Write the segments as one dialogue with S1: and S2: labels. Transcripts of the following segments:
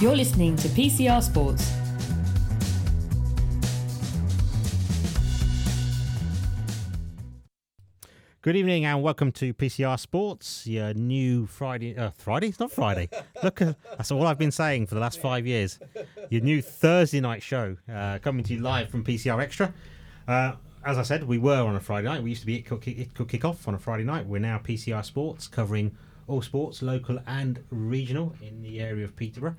S1: You're listening to PCR Sports.
S2: Good evening and welcome to PCR Sports, your new Friday. Uh, Friday? It's not Friday. Look, uh, that's all I've been saying for the last five years. Your new Thursday night show uh, coming to you live from PCR Extra. Uh, as I said, we were on a Friday night. We used to be at Cook, it Cook Kickoff on a Friday night. We're now PCR Sports, covering all sports, local and regional, in the area of Peterborough.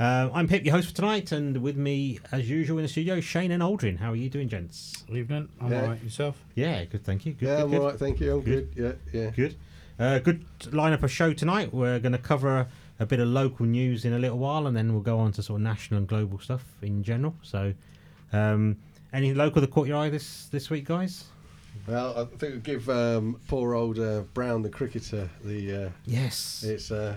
S2: Uh, I'm Pip, your host for tonight, and with me, as usual, in the studio, Shane and Aldrin. How are you doing, gents?
S3: Evening. I'm
S4: Yeah.
S3: alright. Yourself?
S2: Yeah, good, thank you. Good,
S4: Yeah,
S2: good,
S4: I'm
S2: good.
S4: all right, thank you. I'm
S2: Good.
S4: good. Yeah, yeah.
S2: Good. Uh, good lineup of show tonight. We're going to cover a bit of local news in a little while, and then we'll go on to sort of national and global stuff in general. So, um, any local that caught your eye this this week, guys?
S4: Well, I think we'll give um, poor old uh, Brown, the cricketer, the uh,
S2: Yes.
S4: it's uh,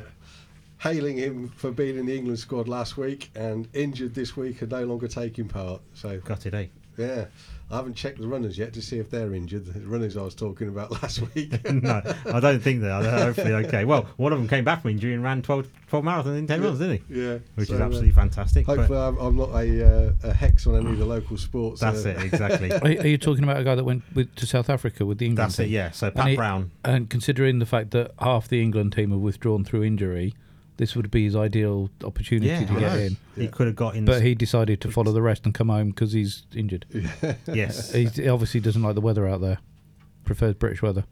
S4: hailing him for being in the England squad last week and injured this week and no longer taking part. So
S2: Got it, eh?
S4: yeah, I haven't checked the runners yet to see if they're injured. The runners I was talking about last week.
S2: no, I don't think they are. They're hopefully okay. Well, one of them came back from injury and ran 12, 12 marathons in 10 months, didn't he?
S4: yeah,
S2: Which
S4: so,
S2: is
S4: uh,
S2: absolutely fantastic. but
S4: Hopefully, I'm, I'm not a, uh, a hex on any of the local sports.
S2: that's
S4: uh,
S2: it, exactly.
S3: Are, are you talking about a guy that went with, to South Africa with the England
S2: that's
S3: team?
S2: it, yeah. So,
S3: And
S2: Pat
S3: he-
S2: Brown.
S3: And considering the fact that half the England team have withdrawn through injury, this would be his ideal opportunity
S2: Yeah,
S3: to
S2: I
S3: get
S2: know.
S3: in.
S2: he could have got in.
S3: But he decided to follow the rest and come home because he's injured.
S2: yes.
S3: He's, he obviously doesn't like the weather out there. Prefers British weather.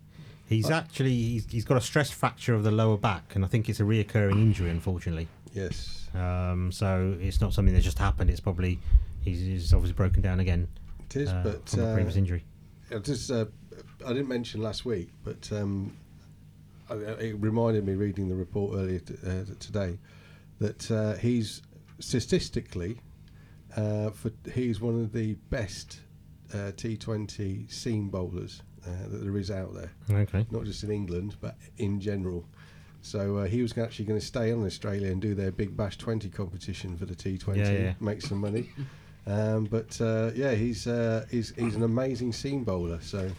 S2: He's actually he's, he's got a stress fracture of the lower back, and I think it's a reoccurring injury, unfortunately.
S4: Yes,
S2: Um, so it's not something that's just happened. It's probably he's, he's obviously broken down again
S4: it is.
S2: uh,
S4: but
S2: from a
S4: uh,
S2: previous injury.
S4: I just uh, I didn't mention last week, but um, I, I- it reminded me reading the report earlier t- uh, t- today that uh, he's statistically uh, for he's one of the best uh, T20 seam bowlers uh, that there is out there,
S2: Okay.
S4: not just in England but in general. So uh, he was actually going to stay on in Australia and do their Big Bash 20 competition for the T20,
S2: Yeah, yeah.
S4: make some money. Um, but uh, yeah, he's, uh, he's he's an amazing seam bowler. So,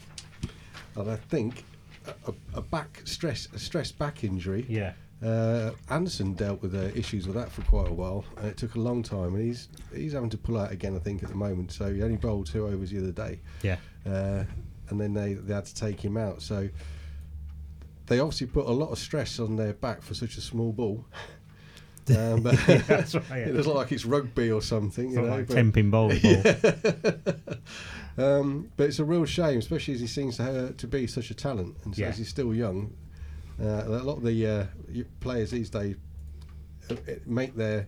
S4: and I think a, a- a back stress a stress back injury.
S2: Yeah.
S4: Uh, Anderson dealt with uh, issues with that for quite a while, and it took a long time. And he's he's having to pull out again, I think, at the moment. So he only bowled two overs the other day
S2: Yeah.
S4: uh, and then they, they had to take him out. So they obviously put a lot of stress on their back for such a small ball. Um, but
S2: Yeah, that's right, yeah.
S4: it looks like it's rugby or something, you
S2: Sort of
S4: know.
S2: like
S4: but-
S2: ten pin bowl. ball.
S4: um, but it's a real shame, especially as he seems to, ha- to be such a talent, and so
S2: Yeah.
S4: as he's still young. Uh, a lot of the uh, y- players these days uh, it- make their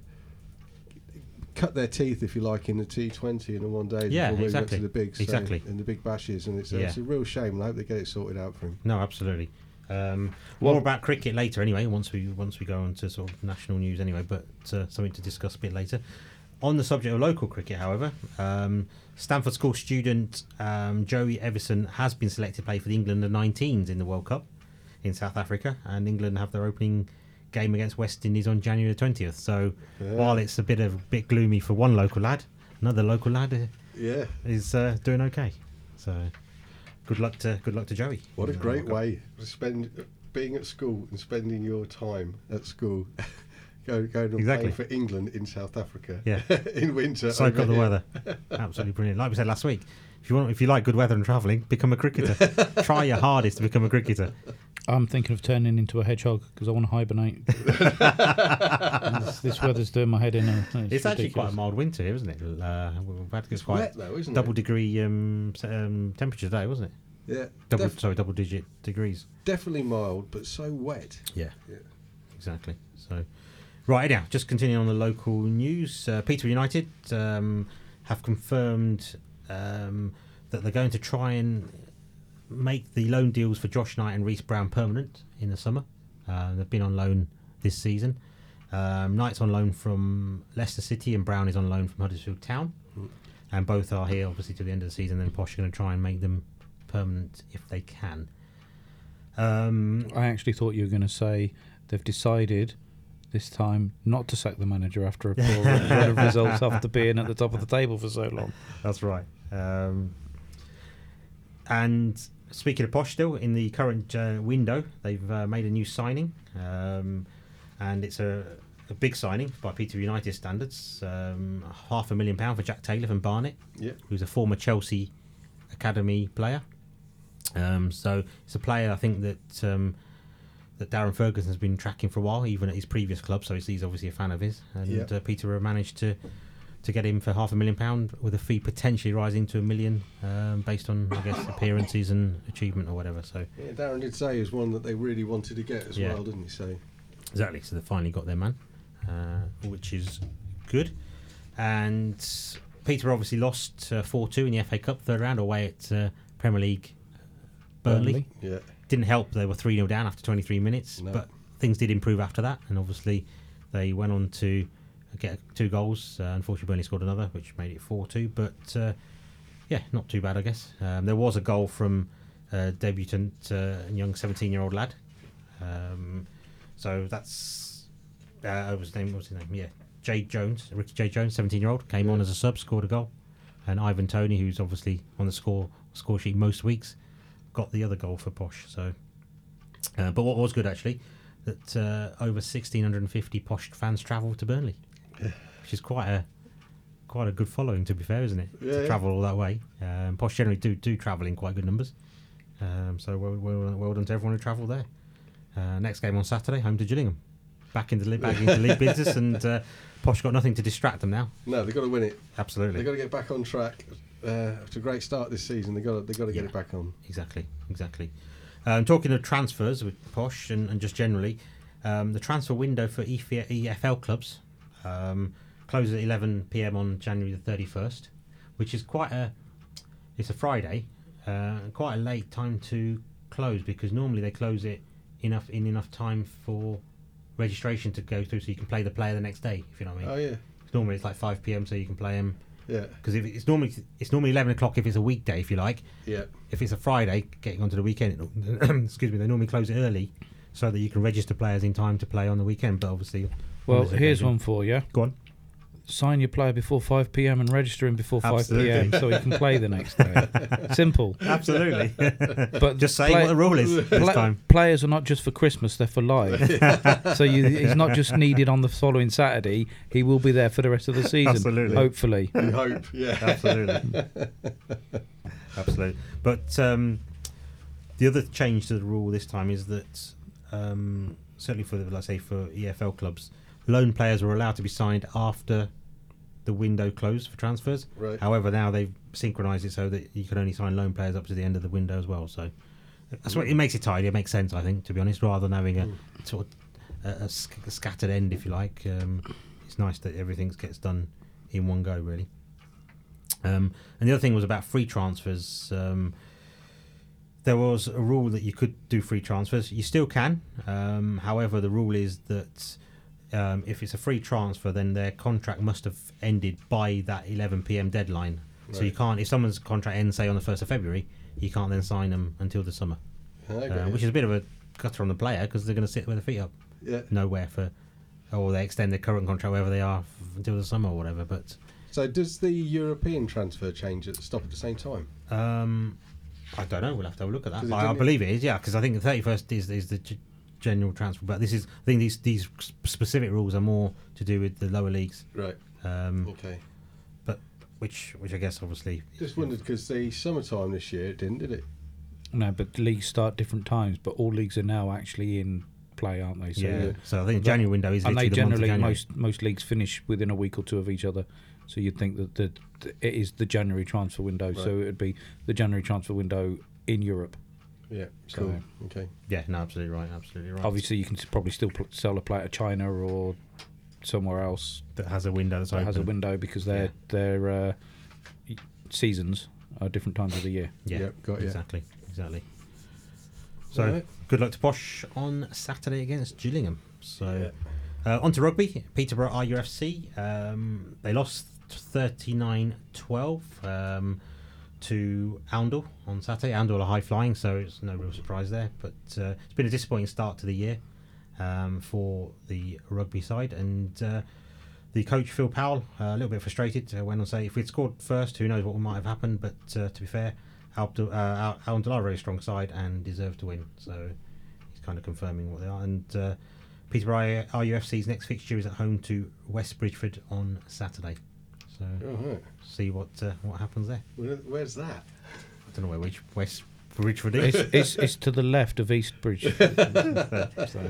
S4: cut their teeth, if you like, in the T20 and the one day
S2: Yeah,
S4: before moving up
S2: exactly.
S4: to the bigs,
S2: Exactly.
S4: and the big bashes, and it's, uh,
S2: Yeah.
S4: it's a real shame. And I hope they get it sorted out for him.
S2: No, absolutely. Um,
S3: Well-
S2: more about cricket later, anyway. Once we once we go on to sort of national news, anyway. But uh, something to discuss a bit later. On the subject of local cricket, however, um, Stanford School student um, Joey Everson has been selected to play for the England under 19s in the World Cup in South Africa, and England have their opening game against West Indies on January the 20th. So while it's a bit of bit gloomy for one local lad, another local lad uh,
S4: Yeah,
S2: is uh, doing okay. So good luck to good luck to Joey.
S4: what a
S2: in the
S4: great
S2: World Cup.
S4: way to spend being at school and spending your time at school. Go, going and
S2: Exactly.
S4: playing for England in South Africa
S2: Yeah.
S4: in winter.
S2: soak
S4: over
S2: up the
S4: here.
S2: weather. Absolutely brilliant. Like we said last week, if you want, if you like good weather and travelling, become a cricketer. Try your hardest to become a cricketer.
S3: I'm thinking of turning into a hedgehog because I want to hibernate. this, this weather's doing my head in. now. It's,
S2: It's, actually quite a
S3: ridiculous.
S2: mild winter here, isn't it? Uh, we've had it's quite
S4: wet though, isn't it?
S2: double degree um, s- um, temperature today, wasn't it?
S4: Yeah,
S2: Double,
S4: def-
S2: sorry, double digit degrees.
S4: definitely mild, but so wet.
S2: Yeah.
S4: Yeah.
S2: Exactly. So, right now, just continuing on the local news, uh, Peter United um, have confirmed um, that they're going to try and make the loan deals for Josh Knight and Reece Brown permanent in the summer. Uh, they've been on loan this season. Um, Knight's on loan from Leicester City and Brown is on loan from Huddersfield Town. And both are here, obviously, to the end of the season. Then Posh are going to try and make them permanent if they can. Um,
S3: I actually thought you were going to say they've decided this time not to sack the manager after a poor run of results after being at the top of the table for so long.
S2: That's right. Um, and speaking of Posh, still in the current uh, window, they've uh, made a new signing, um, and it's a a big signing by Peter United standards. Um, half a million pound for Jack Taylor from Barnet,
S4: Yeah.
S2: who's a former Chelsea academy player. Um, so it's a player I think that um, that Darren Ferguson has been tracking for a while, even at his previous club. So he's- he's obviously a fan of his, and
S4: Yeah.
S2: uh, Peter managed to to get him for half a million pound with a fee potentially rising to a million um, based on I guess appearances and achievement or whatever. So
S4: Yeah, Darren did say it was one that they really wanted to get as
S2: Yeah.
S4: well, didn't he? So
S2: Exactly. So they finally got their man, uh, which is good. And Peter obviously lost uh, four two in the FA Cup third round away at uh, Premier League Burnley.
S3: Burnley.
S4: yeah,
S2: Didn't help. They were three 0 down after twenty three minutes,
S4: No.
S2: but things did improve after that. And obviously, they went on to get two goals. Uh, unfortunately, Burnley scored another, which made it four two. But uh, yeah, not too bad, I guess. Um, there was a goal from uh, debutant uh, young 17 year old lad. Um, so that's uh, what was his name? What was his name? Yeah, Jay Jones, Ricky J Jones, 17 year old, came on as a sub, scored a goal, and Ivan Tony, who's obviously on the score score sheet most weeks, got the other goal for Posh. So, uh, but what was good actually, that uh, over 1650 Posh fans travelled to Burnley, which is quite a quite a good following to be fair, isn't it?
S4: Yeah,
S2: to
S4: yeah.
S2: travel all that way. Um, Posh generally do do travel in quite good numbers. Um, so well, well, well done to everyone who travelled there. Uh, next game on Saturday, home to Gillingham. Back into li- back into league business, and uh, Posh got nothing to distract them now.
S4: no, they've got to win it.
S2: Absolutely,
S4: They've got to get back on track. Uh, after a great start this season, they've got to, they've got to get
S2: Yeah.
S4: it back on.
S2: exactly, exactly. Um, talking of transfers with Posh and, and just generally, um, the transfer window for E EF- EFL clubs um, closes at 11 p.m. on January the 31st, which is quite a it's a Friday, uh, quite a late time to close because normally they close it enough in enough time for registration to go through so you can play the player the next day if you know what I mean.
S4: Oh yeah,
S2: normally it's like 5 p.m. so you can play them
S4: yeah,
S2: because if it's normally it's normally 11 o'clock if it's a weekday if you like
S4: yeah,
S2: if it's a Friday, getting onto the weekend, it'll- excuse me, they normally close it early so that you can register players in time to play on the weekend. But obviously, on
S3: Well,
S2: this
S3: here's
S2: occasion-
S3: one for you.
S2: Go on.
S3: Sign your player before 5 p.m. and register him before 5 p.m.
S2: Absolutely.
S3: so he can play the next day. Simple.
S2: Absolutely.
S3: But
S2: Just saying
S3: play-
S2: what the rule is this
S3: pla-
S2: time.
S3: Players are not just for Christmas; they're for life. so you, he's not just needed on the following Saturday. He will be there for the rest of the season.
S2: Absolutely.
S3: Hopefully.
S4: we hope. Yeah,
S2: Absolutely. Absolutely. But um, the other change to the rule this time is that um, certainly for, the, let's say, for EFL clubs, loan players were allowed to be signed after the window closed for transfers.
S4: right.
S2: However, now they've synchronised it so that you can only sign loan players up to the end of the window as well. So that's what it makes it tidy. It makes sense, I think, to be honest, rather than having a sort of a, a sc- a scattered end, if you like. Um, it's nice that everything gets done in one go, really. Um, and the other thing was about free transfers. Um, there was a rule that you could do free transfers. You still can. Um, however, the rule is that um, if it's a free transfer, then their contract must have ended by that 11 p.m. deadline. So you
S4: Right.
S2: can't. If someone's contract ends, say on the first of February, you can't then sign them until the summer,
S4: Okay.
S2: uh, which is a bit of a cutter on the player because they're going to sit with their feet up
S4: yeah.
S2: nowhere for, or they extend their current contract wherever they are f- until the summer or whatever. But
S4: So does the European transfer change at stop at the same time?
S2: Um, I don't know. We'll have to have a look at that.
S4: 'Cause it
S2: But I
S4: didn't-
S2: believe it is, yeah, because I think the thirty first is is the g- general transfer. But this is, I think these these s- specific rules are more to do with the lower leagues,
S4: Right.
S2: um,
S4: Okay.
S2: which which I guess obviously.
S4: Just wondered because the summertime this year it didn't, did it?
S3: No, but leagues start different times. But all leagues are now actually in play, aren't they? So
S2: yeah.
S3: you-
S2: So I think
S3: that-
S2: the January window is
S3: and
S2: literally
S3: they
S2: the month of
S3: generally
S2: January.
S3: most most leagues finish within a week or two of each other. So you'd think that the, the, it is the January transfer window. So it would be the January transfer window in Europe.
S4: Yeah. Cool.
S3: So-
S4: Okay.
S2: Yeah. No. Absolutely right. Absolutely right.
S3: Obviously, you can s- probably still pl- sell a player to China or somewhere else
S2: that has a window that's
S3: that
S2: open.
S3: has a window because their
S2: Yeah.
S3: their uh, y- seasons are different times of the year.
S2: Yeah.
S4: Yep, got ya.
S2: exactly. Exactly. So
S4: Alright.
S2: good luck to Posh on Saturday against Gillingham. So. Uh, on to rugby. Peterborough RUFC. Um, they lost 39 12 um, to Oundle on Saturday. Oundle are high flying, so it's no real surprise there. But uh, it's been a disappointing start to the year um, for the rugby side. And uh, the coach, Phil Powell, uh, a little bit frustrated, uh, went on to say, if we'd scored first, who knows what might have happened. But uh, to be fair, Oundle uh, Oundle are a very strong side and deserve to win. So he's kind of confirming what they are. And uh, Peterborough RUFC's next fixture is at home to West Bridgeford on Saturday. So
S4: All right.
S2: see what uh, what happens there.
S4: Where, where's that?
S2: I don't know where which West Bridgeford
S3: It's,
S2: is.
S3: it's, it's to the left of Eastbridge.
S2: So, uh,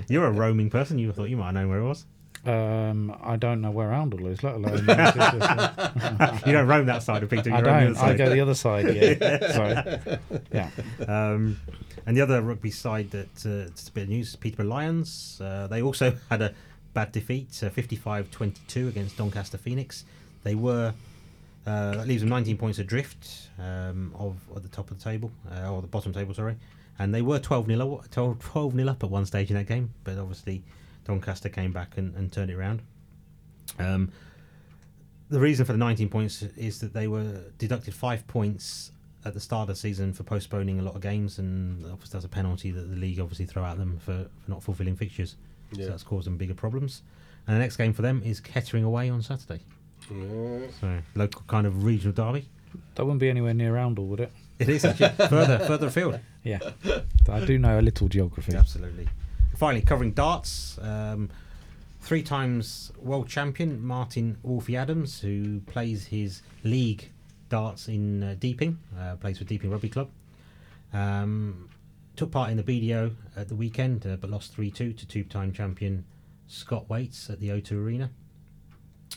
S2: You're a roaming person. You thought you might know where it was.
S3: Um, I don't know where Oundle is, let alone. I
S2: you don't roam that side of Peter. You roam the other
S3: don't. I
S2: side.
S3: go the other side. Yeah. Sorry. Yeah.
S2: Um, and the other rugby side that uh, it's a bit of news is Peterborough Lions. Uh, they also had a bad defeat, uh, 55-22 against Doncaster Phoenix. They were uh, that leaves them 19 points adrift um, of at the top of the table uh, or the bottom table, sorry. And they were 12 nil 12, 12 nil up at one stage in that game, but obviously Doncaster came back and, and turned it around. Um, the reason for the 19 points is that they were deducted five points at the start of the season for postponing a lot of games, and obviously that's a penalty that the league obviously throw at them for, for not fulfilling fixtures.
S4: Yeah.
S2: So that's caused them bigger problems. And the next game for them is Kettering away on Saturday.
S4: Yeah.
S2: So local kind of regional derby.
S3: That wouldn't be anywhere near Oundle, would it?
S2: It is actually further further afield.
S3: Yeah. I do know a little geography.
S2: Absolutely. Finally, covering darts. Um, three times world champion Martin Orphy Adams, who plays his league darts in uh, Deeping, uh, plays for Deeping Rugby Club. Um, took part in the BDO at the weekend, uh, but lost 3 2 to two time champion Scott Waits at the O2 Arena.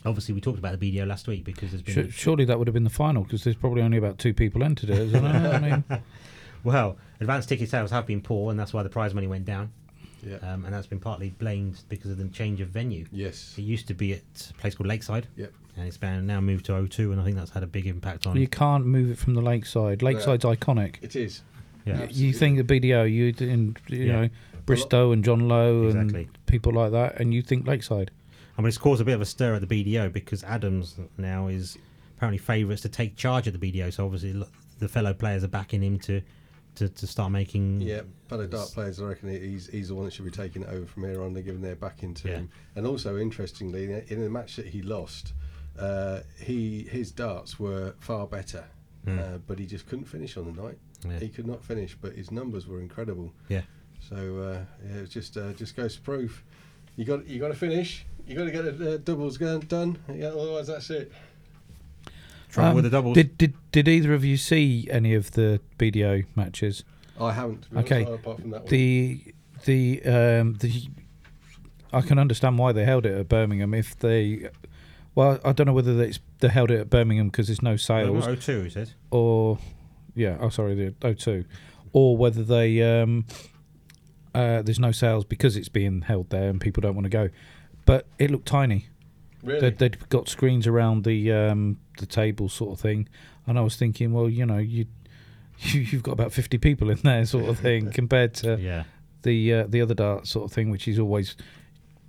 S2: Obviously, we talked about the BDO last week because there's been.
S3: Su- surely that would have been the final because there's probably only about two people entered it, isn't there? I mean,
S2: Well, advanced ticket sales have been poor, and that's why the prize money went down.
S4: Yeah.
S2: Um, and that's been partly blamed because of the change of venue.
S4: yes.
S2: It used to be at a place called Lakeside,
S4: Yep.
S2: and it's been now moved to O2, and I think that's had a big impact on.
S3: you can't move it from the lakeside. Lakeside's iconic.
S4: It is.
S2: yeah,
S3: You think the BDO, you d- in you
S2: Yeah.
S3: know Bristow and John Lowe
S2: Exactly.
S3: and people like that, and you think Lakeside.
S2: I mean it's caused a bit of a stir at the BDO because Adams now is apparently favourites to take charge at the BDO. So obviously lo- the fellow players are backing him to to, to start making.
S4: Yeah, fellow dart players, I reckon he's, he's the one that should be taking it over from here on. They're giving their back into
S2: Yeah.
S4: him. And also, interestingly, in the match that he lost, uh, he his darts were far better, uh, but he just couldn't finish on the night.
S2: Yeah.
S4: He could not finish, but his numbers were incredible.
S2: yeah.
S4: So uh, yeah, it just uh, just goes to proof you got you got to finish. You got to get the uh, doubles gun- done. Yeah, otherwise that's it.
S2: Trouble
S3: Um,
S2: with the doubles.
S3: Did, did did either of you see any of the BDO matches?
S4: I haven't. To be honest,
S3: Okay.
S4: apart from that one.
S3: The the um, the I can understand why they held it at Birmingham if they. Well, I don't know whether it's they held it at Birmingham because there's no
S2: Oh,
S3: sales,
S2: O2, he said.
S3: or yeah, oh sorry, the O2, or whether they um, uh, there's no sales because it's being held there and people don't want to go. But it looked tiny.
S4: really?
S3: They'd, they'd got screens around the um, the table sort of thing, and I was thinking, well, you know, you, you you've got about fifty people in there sort of thing compared to
S2: yeah.
S3: the uh, the other dart sort of thing, which is always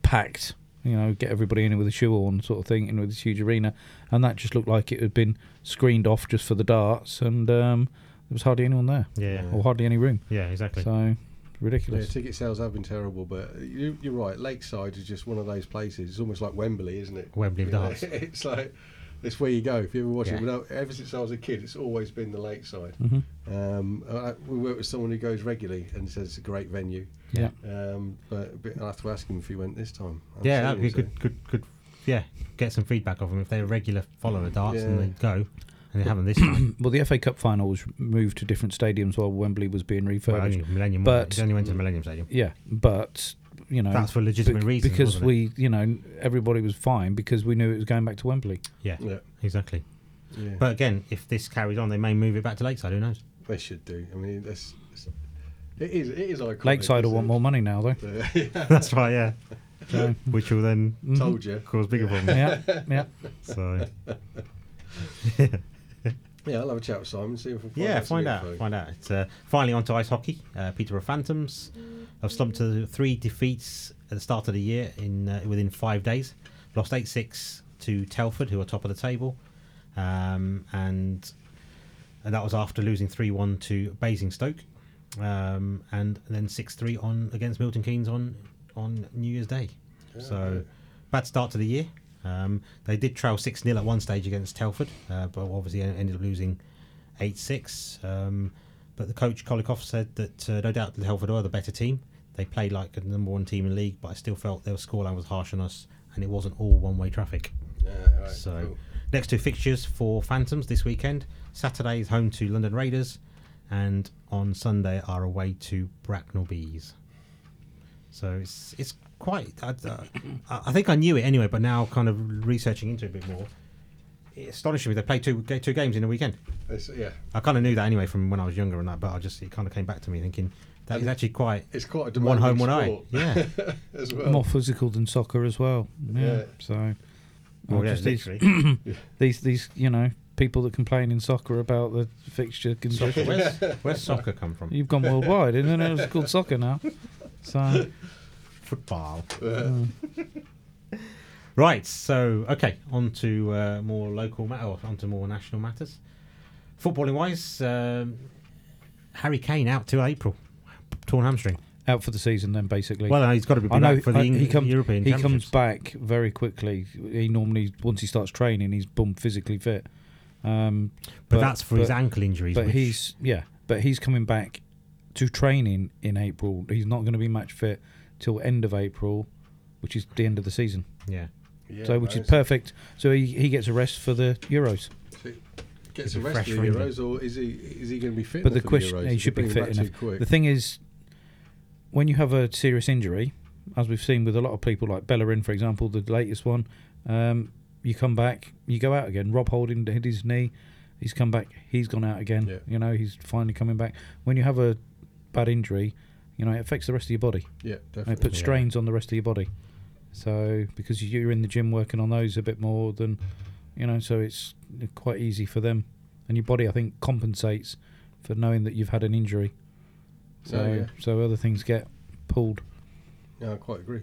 S3: packed. You know, get everybody in with a shoe on sort of thing, in with this huge arena, and that just looked like it had been screened off just for the darts, and um, there was hardly anyone there,
S2: Yeah. Yeah.
S3: or hardly any room.
S2: Yeah. Exactly.
S3: So
S4: Yeah,
S3: ridiculous.
S4: ticket sales have been terrible, but you, you're right. Lakeside is just one of those places. It's almost like Wembley, isn't it?
S2: Wembley of
S4: You know,
S2: darts.
S4: It's like it's where you go if you ever watch
S2: Yeah.
S4: it. Without, ever since I was a kid, it's always been the Lakeside.
S3: Mhm.
S4: Um, I, we work with someone who goes regularly and says it's a great venue.
S3: Yeah.
S4: Um, but, but I'll have to ask him if he went this time. I haven't
S2: yeah,
S4: seen
S2: that'd
S4: him,
S2: be a
S4: so-
S2: good, good, good. Yeah, get some feedback of them if they're a regular follower of darts and
S4: Yeah.
S2: they go, and they haven't this time.
S3: Well, the FA Cup final was moved to different stadiums while Wembley was being refurbished.
S2: well, only Millennium,
S3: But-
S2: but only went to the Millennium Stadium.
S3: Yeah, but you know
S2: That's for legitimate reasons,
S3: because
S2: wasn't it?
S3: we, you know, everybody was fine because we knew it was going back to Wembley.
S2: Yeah,
S4: Yeah,
S2: exactly.
S4: yeah.
S2: But again, if this carries on, they may move it back to Lakeside. Who knows?
S4: they should do. I mean, that's, it's- it is. It is iconic.
S3: Lakeside will want
S4: isn't
S3: more money now, though.
S4: it? Yeah.
S2: That's right. Yeah,
S3: So, mm-hmm.
S2: which will then
S4: Told you.
S2: cause bigger problems.
S3: yeah, yeah.
S2: So
S4: Yeah, I'll have a chat with Simon. See if we can
S2: yeah,
S4: some
S2: find out.
S4: info.
S2: Find out. It's, uh, finally, onto ice hockey. Uh, Peterborough Phantoms have slumped to three defeats at the start of the year in uh, within five days. Lost eight six to Telford, who are top of the table, um, and and that was after losing three one to Basingstoke, um, and then six three on against Milton Keynes on on New Year's Day. so bad start to the year. Um, they did trail six 0 at one stage against Telford, uh, but obviously en- ended up losing eight six. Um, but the coach Kolikoff said that uh, no doubt Telford are the better team. They played like a number one team in the league, but I still felt their scoreline was harsh on us, and it wasn't all one way traffic.
S4: Yeah, right,
S2: So,
S4: cool.
S2: next two fixtures for Phantoms this weekend. Saturday is home to London Raiders, and on Sunday are away to Bracknell Bees. So it's it's quite. I, I I think I knew it anyway, but now kind of researching into it a bit more, it astonished me. They played two two games in a weekend.
S4: It's, yeah,
S2: I kind of knew that anyway from when I was younger and that, but I just it kind of came back to me thinking that is actually quite
S4: it's quite a
S2: one
S4: demanding
S2: home, one eye.
S4: sport
S2: Yeah,
S4: as well.
S3: More physical than soccer as well. Yeah.
S4: Yeah.
S3: So
S2: well,
S3: uh,
S2: yeah,
S3: just these,
S2: literally.
S3: these these you know people that complain in soccer about the fixture
S2: Soccer.
S3: condition.
S2: Where's, where's soccer come from?
S3: You've gone worldwide, and then it's called soccer now. So
S2: Football.
S4: Uh,
S2: Right, so okay, on to uh, more local matter, or on to more national matters. Footballing wise, um, Harry Kane out to April, torn hamstring.
S3: out for the season, then basically.
S2: Well, no, he's got to be back
S3: I know
S2: for the
S3: uh,
S2: Eng-
S3: he comes.
S2: European.
S3: he comes
S2: Championships.
S3: back very quickly. He normally once he starts training, he's boom physically fit. Um,
S2: but, that's for his ankle injuries.
S3: But
S2: which-
S3: he's yeah, but he's coming back to training in April. He's not going to be match fit till end of April, which is the end of the season.
S2: yeah,
S4: yeah,
S3: so which is
S4: right.
S3: perfect. So he, he gets a rest for the Euros.
S4: Gets
S2: He's a
S4: a
S2: fresh
S4: rest for the
S2: for England.
S4: Euros, or is he is he going to be fit?
S3: But
S4: enough
S3: the
S4: for
S3: question
S4: Euros?
S3: he
S4: If
S3: should
S4: they
S3: be
S4: bring him
S3: fit
S4: back
S3: enough.
S4: too quick.
S3: The thing is, when you have a serious injury, as we've seen with a lot of people like Bellerin, for example, the latest one, um, you come back, you go out again. Rob Holding hit his knee, he's come back, he's gone out again.
S4: Yeah.
S3: You know, he's finally coming back. When you have a bad injury, you know, it affects the rest of your body.
S4: yeah,
S3: And it
S4: definitely.
S3: puts
S2: Yeah.
S3: strains on the rest of your body. So because you're in the gym working on those a bit more than, you know, so it's quite easy for them, and your body I think compensates for knowing that you've had an injury. So
S4: Oh, yeah.
S3: so other things get pulled.
S4: Yeah, I quite agree.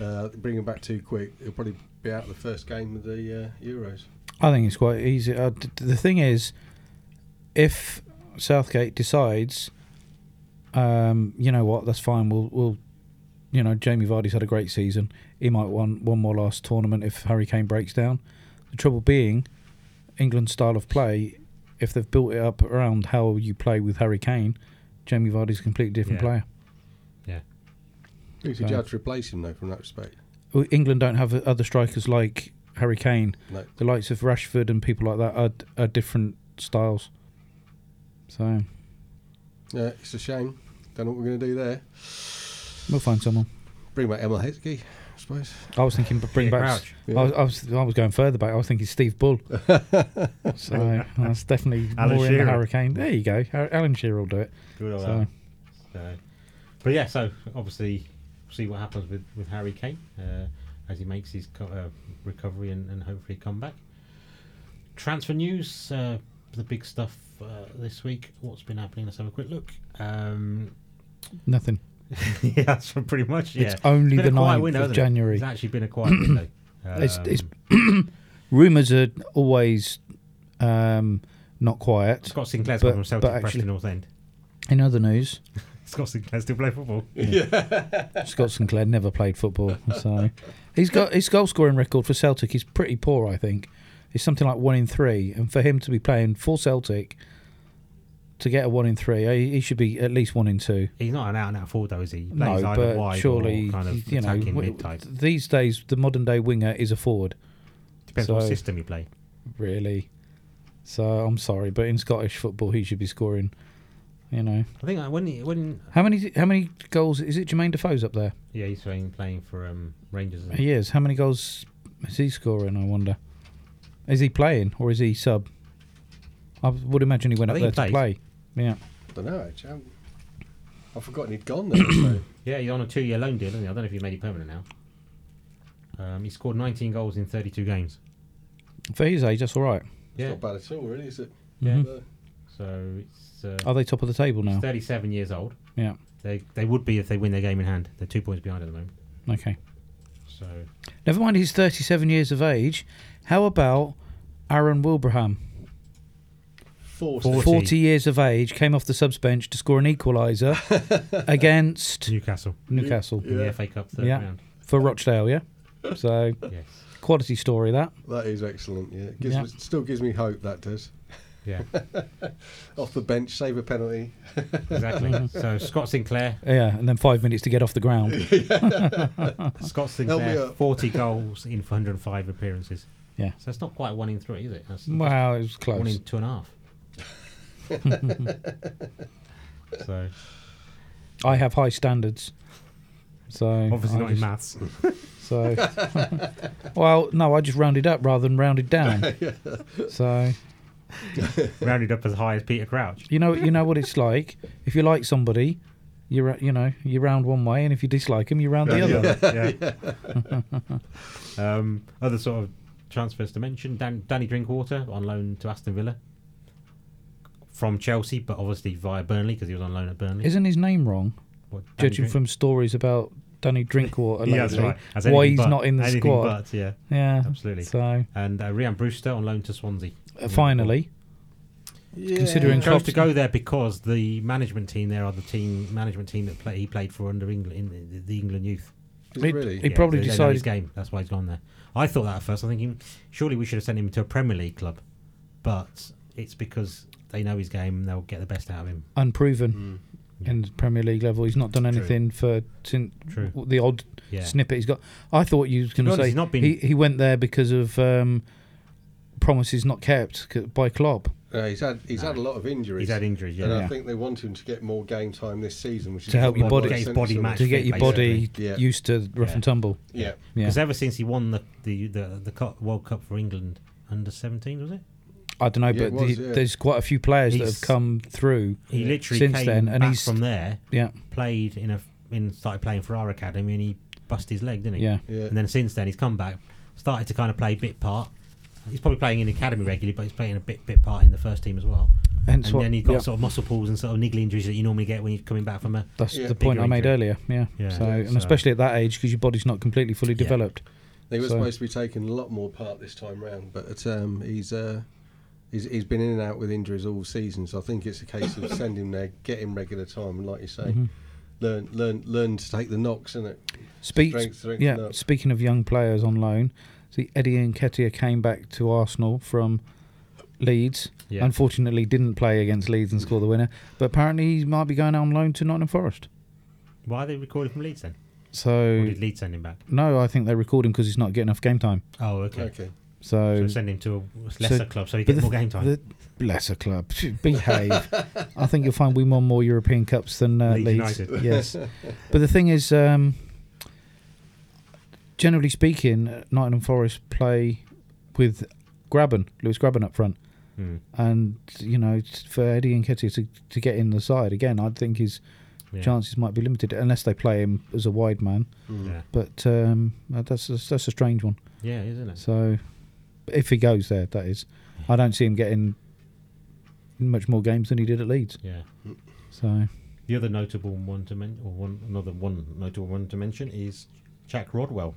S4: uh, bring him back too quick. He'll probably be out the first game of the uh, Euros.
S3: I think it's quite easy. Uh, d- the thing is, if Southgate decides, um, you know what, that's fine. We'll, we'll, you know, Jamie Vardy's had a great season. He might want one more last tournament if Hurricane breaks down. The trouble being, England's style of play, if they've built it up around how you play with Hurricane, Jamie Vardy's a completely different
S2: Yeah.
S3: player.
S4: Who
S3: So-
S4: could you have to replace him though from that respect?
S3: Well, England don't have other strikers like Hurricane.
S4: No.
S3: The likes of Rashford and people like that are, are different styles. So.
S4: Yeah, it's a shame. Don't know what we're going to do there.
S3: We'll find someone.
S4: Bring back Emil Hitzke, I suppose.
S3: I was thinking, b- bring
S2: Yeah,
S3: back.
S2: Crouch.
S4: Yeah.
S3: I, was, I was I was going further back. I was thinking Steve Bull. so that's definitely
S2: Alan
S3: more in
S2: Shearer.
S3: the hurricane. There you go. Har- Alan Shearer will do it.
S2: Good old uh,
S3: So
S2: Alan. So, but yeah, so obviously, see what happens with with Harry Kane uh, as he makes his co- uh, recovery and, and hopefully come back. Transfer news, uh, the big stuff uh, this week. What's been happening? Let's have a quick look. Um,
S3: nothing.
S2: yeah, that's pretty much. Yeah,
S3: It's only
S2: Been
S3: the
S2: a quiet
S3: 9th
S2: window,
S3: of
S2: hasn't it?
S3: January.
S2: It's actually been a quiet window.
S3: It's-
S2: Um,
S3: it's- Rumours are always um, not quiet.
S2: Scott Sinclair's
S3: but-
S2: gone from Celtic
S3: but
S2: to Preston
S3: actually-
S2: North End.
S3: In other news,
S2: Scott Sinclair still play football.
S3: Scott Sinclair never played football, so he's got his goal scoring record for Celtic is pretty poor. I think it's something like one in three, and for him to be playing for Celtic to get a one in three, he he should be at least one in two.
S2: He's not an out and out forward though, is he? He
S3: No,
S2: plays either
S3: but
S2: wide
S3: surely
S2: or kind of
S3: you know
S2: attacking
S3: w-
S2: mid type.
S3: these days the modern day winger is a forward,
S2: Depends what
S3: so-
S2: system you play.
S3: really. So I'm sorry, but in Scottish football he should be scoring. You know
S2: I think uh, when he, when
S3: how many how many goals is it? Jermaine Defoe's up there.
S2: yeah he's playing playing for um, Rangers. isn't he?
S3: He is. How many goals is he scoring? I wonder. Is he playing or is he sub? I would imagine he went
S2: I
S3: up there
S2: think
S3: to
S2: he
S3: play. Yeah,
S4: don't know, actually. I'm- I've forgotten he'd gone there. so.
S2: Yeah, he's on a two-year loan deal, isn't he? I don't know if he made it permanent now. Um, he scored 19 goals in 32 games.
S3: for his age, that's all right.
S4: It's
S2: Yeah,
S4: not bad at all, really, is it?
S3: Mhm.
S4: No.
S2: so it's uh,
S3: Are they top of the table
S2: he's
S3: now?
S2: 37 years old.
S3: Oh, Yeah.
S2: They they would be if they win their game in hand. They're two points behind at the moment.
S3: Okay.
S2: So
S3: Never mind. He's thirty-seven years of age. How about Aaron Wilbraham?
S4: Forced.
S2: Forced.
S3: 40.
S2: 40.
S3: years of age, came off the subs bench to score an equaliser against
S2: Newcastle
S3: Newcastle
S2: in
S4: Yeah.
S2: the FA Cup third
S3: Yeah.
S2: round.
S3: for Rochdale, yeah? So,
S2: Yes.
S3: quality story that.
S4: That is excellent. Yeah, It gives
S3: Yeah.
S4: Me, still gives me hope. That does.
S2: Yeah,
S4: off the bench, save a penalty.
S2: exactly. so Scott Sinclair,
S3: Yeah, and then five minutes to get off the ground.
S2: Scott
S4: me
S2: Sinclair,
S4: up.
S2: forty goals in 105 appearances.
S3: Yeah.
S2: So it's not quite one in three, is it? That's
S3: Wow, it was
S2: just one
S3: close.
S2: in two and a half. so
S3: I have high standards. So
S2: obviously
S3: I
S2: not in
S3: just-
S2: maths.
S3: So, well, no, I just rounded up rather than rounded down. So
S2: Rounded up as high as Peter Crouch.
S3: you know, you know what it's like. If you like somebody, you ra- you know you round one way, and if you dislike them, you round the other.
S2: Yeah. um, other sort of transfers to mention: Dan- Danny Drinkwater on loan to Aston Villa from Chelsea, but obviously via Burnley because he was on loan at Burnley.
S3: Isn't his name wrong?
S2: What, Danny
S3: Judging
S2: Drink-
S3: from stories about Danny Drinkwater lately,
S2: yeah, that's right. As
S3: why
S2: anything
S3: he's
S2: but-
S3: not in the
S2: anything
S3: squad?
S2: But, yeah,
S3: yeah,
S2: absolutely.
S3: So
S2: and uh, Ryan Brewster on loan to Swansea.
S3: uh, finally, Considering-
S2: He chose
S3: Klopp's-
S2: to go there because the management team there are the team management team that play, he played for under England in the, the England youth.
S4: Is
S3: It-
S4: it really?
S3: He probably
S2: they- they know his
S3: decided-
S2: game. That's why he's gone there. I thought that at first. I thinking surely we should have sent him to a Premier League club, but it's because they know his game and they'll get the best out of him.
S3: unproven in the Premier League level, he's not done
S2: Mm. True.
S3: anything for since
S2: True.
S3: w- the odd
S2: Yeah,
S3: snippet he's got. I thought you was going
S2: be
S3: to
S2: honest,
S3: say
S2: he's not been-
S3: he, he went there because of um, promises not kept c- by Klopp.
S4: Uh, he's had he's had a lot of injuries.
S2: he's had injuries. Yeah,
S4: and I
S3: Yeah.
S4: think they want him to get more game time this season, which
S3: To
S4: is
S3: help your
S4: what
S3: body-
S4: Mike
S3: Get
S2: his
S4: Simpson
S2: body
S4: was-
S2: matched.
S3: to get your body
S2: Basically,
S4: yeah.
S3: used to rough
S2: Yeah.
S3: and tumble.
S4: Yeah,
S3: Yeah.
S2: because ever since he won the the, the the Cup- World Cup for England under seventeen, was it?
S3: I don't know,
S4: Yeah,
S3: but
S4: it was,
S3: the,
S4: yeah.
S3: there's quite a few players that
S2: He's-
S3: have come through.
S2: He literally
S3: Since
S2: came
S3: then, and
S2: back
S3: he's-
S2: from there,
S3: Yeah,
S2: played in a in started playing for our academy, and he bust his leg, didn't he?
S3: yeah.
S4: Yeah.
S2: And then since then, he's come back, started to kind of play bit part. He's probably playing in the academy regularly, but he's playing a bit bit part in the first team as well.
S3: Hence
S2: and
S3: what-
S2: then you've got
S3: yeah.
S2: sort of muscle pulls and sort of niggly injuries that you normally get when you're coming back from a.
S3: That's
S4: Yeah.
S3: the point
S2: Bigger
S3: I made
S2: injury.
S3: earlier. Yeah.
S2: Yeah.
S3: So,
S2: Yeah.
S3: and
S2: So-
S3: especially at that age, because your body's not completely fully
S2: Yeah.
S3: developed.
S4: They were
S3: So-
S4: supposed to be taking a lot more part this time round, but um, he's, uh, he's he's been in and out with injuries all season. So I think it's a case of send him there, get him regular time, and like you say,
S2: Mm-hmm.
S4: learn learn learn to take the knocks, is it?
S3: Speak,
S4: Strength, strength,
S3: yeah.
S4: no.
S3: Speaking of young players on loan, see Eddie Nketiah came back to Arsenal from Leeds.
S2: Yeah.
S3: Unfortunately, didn't play against Leeds and score the winner. But apparently, he might be going on loan to Nottingham Forest.
S2: Why are they recording from Leeds then? Or
S3: So
S2: did Leeds send him back?
S3: no, I think they record him because he's not getting enough game time.
S2: Oh, okay.
S4: Okay.
S2: So
S3: So,
S2: send him to a lesser
S3: so-
S2: club so he
S3: but
S2: gets
S3: the-
S2: more game time.
S3: the lesser club, behave. I think you'll find we won more European cups than uh,
S2: Leeds
S3: Leeds.
S2: United.
S3: Yes, but the thing is, um, generally speaking, uh, Nottingham Forest play with Graben, Lewis Graben up front,
S2: Hmm,
S3: and you know t- for Eddie and Ketty to, to get in the side again, I think his
S2: yeah,
S3: chances might be limited unless they play him as a wide man.
S4: Mm.
S2: Yeah.
S3: But um, uh, that's a, that's a strange one.
S2: yeah, isn't it?
S3: So if he goes there, that is, I don't see him getting much more games than he did at Leeds.
S2: Yeah.
S3: So
S2: The other notable one to mention, or one another one notable one to mention, is Jack Rodwell,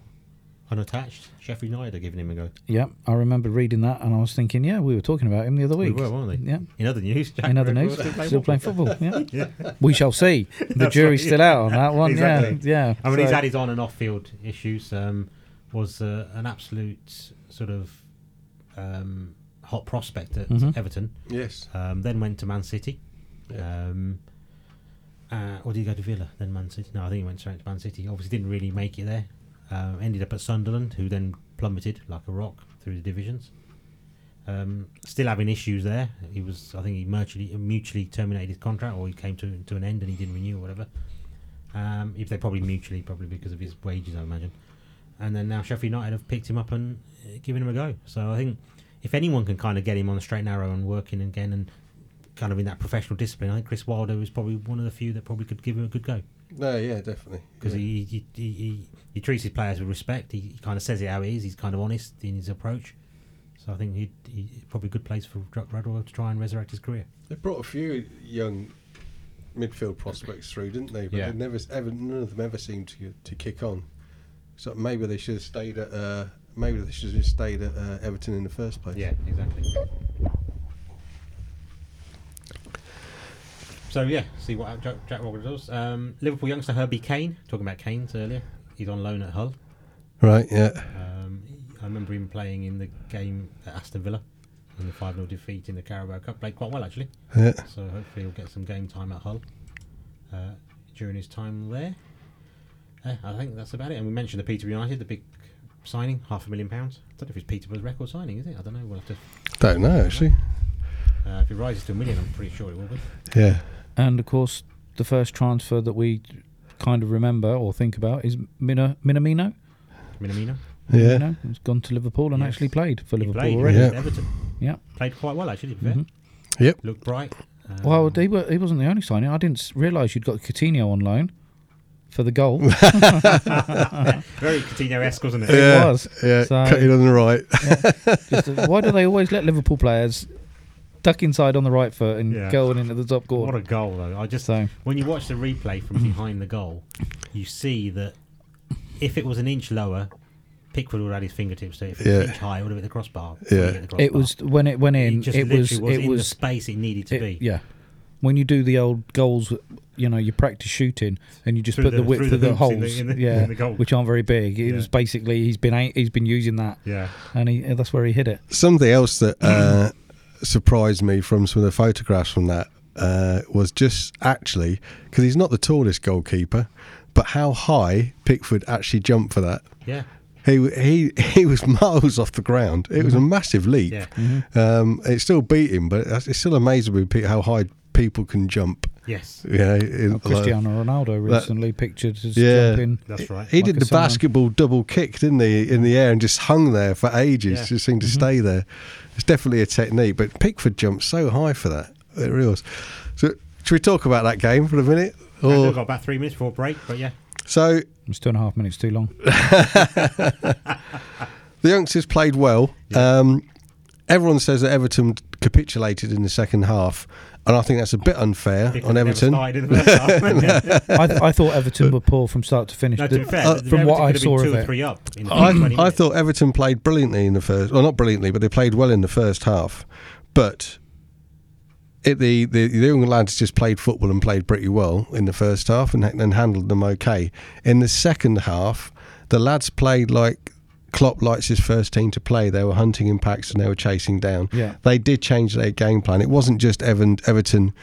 S2: unattached. Sheffield United are giving him a go.
S3: yeah, I remember reading that and I was thinking, yeah, we were talking about him the other
S2: We
S3: week.
S2: were, weren't we?
S3: Yeah.
S2: In other news, Jack
S3: In other
S2: Rodwell
S3: news, still playing football. Yeah.
S2: Yeah.
S3: We shall see. The
S2: That's
S3: jury's
S2: right.
S3: still out on that one.
S2: Exactly.
S3: Yeah, yeah.
S2: I mean, he's
S3: So-
S2: had his on and off field issues. Um, was uh, an absolute sort of um, hot prospect at
S3: Mhm.
S2: Everton.
S4: Yes.
S2: Um, then went to Man City. Um, uh, or did he go to Villa? Then Man City. No, I think he went straight to Man City. Obviously, didn't really make it there. Um, ended up at Sunderland, who then plummeted like a rock through the divisions. Um, still having issues there. He was, I think, he mutually mutually terminated his contract, or he came to to an end and he didn't renew or whatever. Um, if they probably mutually, probably because of his wages, I imagine. And then now Sheffield United have picked him up and uh, given him a go. So I think if anyone can kind of get him on the straight and narrow and working again and kind of in that professional discipline, I think Chris Wilder is probably one of the few that probably could give him a good go
S4: No. Yeah. Definitely.
S2: because
S4: yeah.
S2: he, he, he, he, he treats his players with respect. He, he kind of says it how it is. He's kind of honest in his approach. So I think he'd, he'd probably a good place for Jack Rodwell to try and resurrect his career.
S4: They brought a few young midfield prospects through, didn't they? But
S2: Yeah.
S4: they never, ever, none of them ever seemed to to kick on. So maybe they should have stayed at. Uh, maybe they should have just stayed at uh, Everton in the first place.
S2: exactly. So yeah, see what Jack, Jack Rodwell does. Um, Liverpool youngster Herbie Kane, talking about Kane's earlier, he's on loan at Hull.
S4: Right. Yeah.
S2: Um, I remember him playing in the game at Aston Villa. in the 5 0 defeat in the Carabao Cup. Played quite well, actually.
S4: Yeah.
S2: So hopefully he'll get some game time at Hull uh, during his time there. Uh, I think that's about it. And we mentioned the Peter United, the big signing, half a million pounds. I don't know if it's Peterborough's record signing, is it? I don't know. We'll have to.
S4: Don't know actually.
S2: Uh, if it rises to a million, I'm pretty sure it will be.
S4: Yeah.
S3: And of course, the first transfer that we kind of remember or think about is Mina, Minamino.
S2: Minamino.
S4: Yeah.
S3: Minamino, who's gone to Liverpool and
S2: Yes.
S3: actually played for
S2: He
S3: Liverpool
S2: played
S3: already.
S2: against
S4: Yeah.
S2: Everton.
S3: Yeah.
S2: Played quite well, actually, to be fair.
S3: Mhm.
S4: Yep.
S2: Looked bright. Um,
S3: Well, he, wa- he wasn't the only signing. I didn't s- realise you'd got Coutinho on loan for the goal.
S2: very Coutinho esque, wasn't it?
S3: Yeah. was.
S4: Yeah.
S3: So-
S4: Cut it on the right.
S3: Just, uh, why do they always let Liverpool players duck inside on the right foot and
S2: Yeah.
S3: going into the top
S2: What
S3: corner?
S2: a goal, though. I just
S3: So
S2: when you watch the replay
S4: Mm.
S2: from behind the goal, you see that if it was an inch lower, Pickford would have had his fingertips to it. If it was an
S4: Yeah.
S2: inch high, it would have hit the crossbar.
S4: Yeah.
S2: Would've hit the
S3: it
S2: crossbar.
S3: was when it went
S2: It
S3: in.
S2: just
S3: It
S2: literally
S3: was.
S2: was
S3: It
S2: in the
S3: was.
S2: space it needed to
S3: it-
S2: be.
S3: yeah. When you do the old goals, you know, you practice shooting and you just
S2: Through
S3: put the,
S2: the-
S3: width
S2: through
S3: of
S2: the
S3: the
S2: hoops
S3: holes,
S2: in the- in the-
S3: yeah,
S2: in the goal.
S3: which aren't very big. It
S2: Yeah.
S3: was basically he's been a- he's been using that,
S2: Yeah.
S3: and he that's where he hit it.
S4: Something else that uh, surprised me from some of the photographs from that uh, was just actually because he's not the tallest goalkeeper, but how high Pickford actually jumped for that.
S2: Yeah.
S4: He w- he he was miles off the ground. It was a massive leap.
S2: Yeah.
S4: Um, it still beat him, but it's it's still amazing with pe- how high people can jump.
S2: Yes.
S4: You know, in-
S3: Oh,
S4: like-
S3: Cristiano Ronaldo
S4: that-
S3: recently pictured as
S4: Yeah.
S3: jumping.
S2: That's right.
S4: He
S3: Like
S4: did
S3: a
S4: the
S3: salmon.
S4: basketball double kick, didn't he, in the air and just hung there for ages.
S2: Yeah. Mm-hmm.
S4: Just seemed to stay there. It's definitely a technique, but Pickford jumped so high for that. It reels. So, should we talk about that game for a minute?
S2: We've
S4: Or,
S2: got about three minutes before break, but yeah.
S4: so,
S3: It's two and a half minutes too long.
S4: the youngsters played well. Um, everyone says that Everton capitulated in the second half, and I think that's a bit unfair
S2: Pickford
S4: on
S2: never
S4: Everton.
S2: started in the first half.
S3: I, th- I thought Everton were poor from start to finish.
S2: no, to be
S3: The-
S2: fair,
S4: Uh,
S2: the
S3: from
S2: Everton
S3: what
S2: could
S3: I
S2: have been
S3: saw
S2: two
S3: of
S2: or
S3: it.
S2: three up. In the first 20
S4: I, I
S2: minutes.
S4: thought Everton played brilliantly in the first. Well, not brilliantly, but they played well in the first half. But it, the, the the young lads just played football and played pretty well in the first half and, and handled them okay. In the second half, the lads played like Klopp likes his first team to play. They were hunting in packs and they were chasing down.
S3: Yeah.
S4: They did change their game plan. It wasn't just Evan, Everton,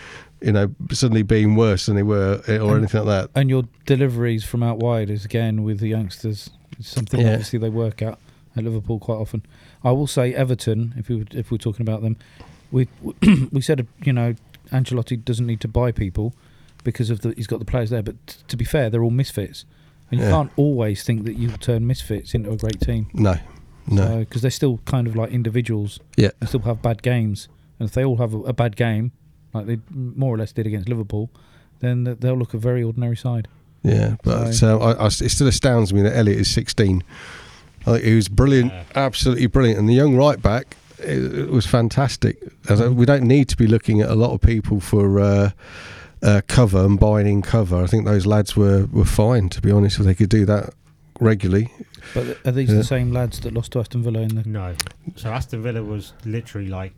S4: you know, suddenly being worse than they were eh, or anything like that.
S3: and your deliveries from out wide is again with the youngsters it's something
S4: Yeah.
S3: obviously they work at at Liverpool quite often. I will say Everton, if we were, if we're talking about them, we we said you know Ancelotti doesn't need to buy people because of the he's got the players there. But t- to be fair, they're all misfits, and you
S4: Yeah.
S3: can't always think that you'll turn misfits into a great team.
S4: No, no.
S3: because they're still kind of like individuals.
S4: Yeah.
S3: and still have bad games, and if they all have a, a bad game, like they more or less did against Liverpool, then th- they'll look a very ordinary side.
S4: Yeah, but uh, I, I, it still astounds me that Elliot is 16. I think he was brilliant,
S2: Yeah.
S4: absolutely brilliant, and the young right back it, it was fantastic. As I- we don't need to be looking at a lot of people for uh, uh, cover and buying in cover. I think those lads were were fine, to be honest, if they could do that regularly.
S3: But th- are these
S4: Yeah.
S3: the same lads that lost to Aston Villa in the?
S2: No. So Aston Villa was literally like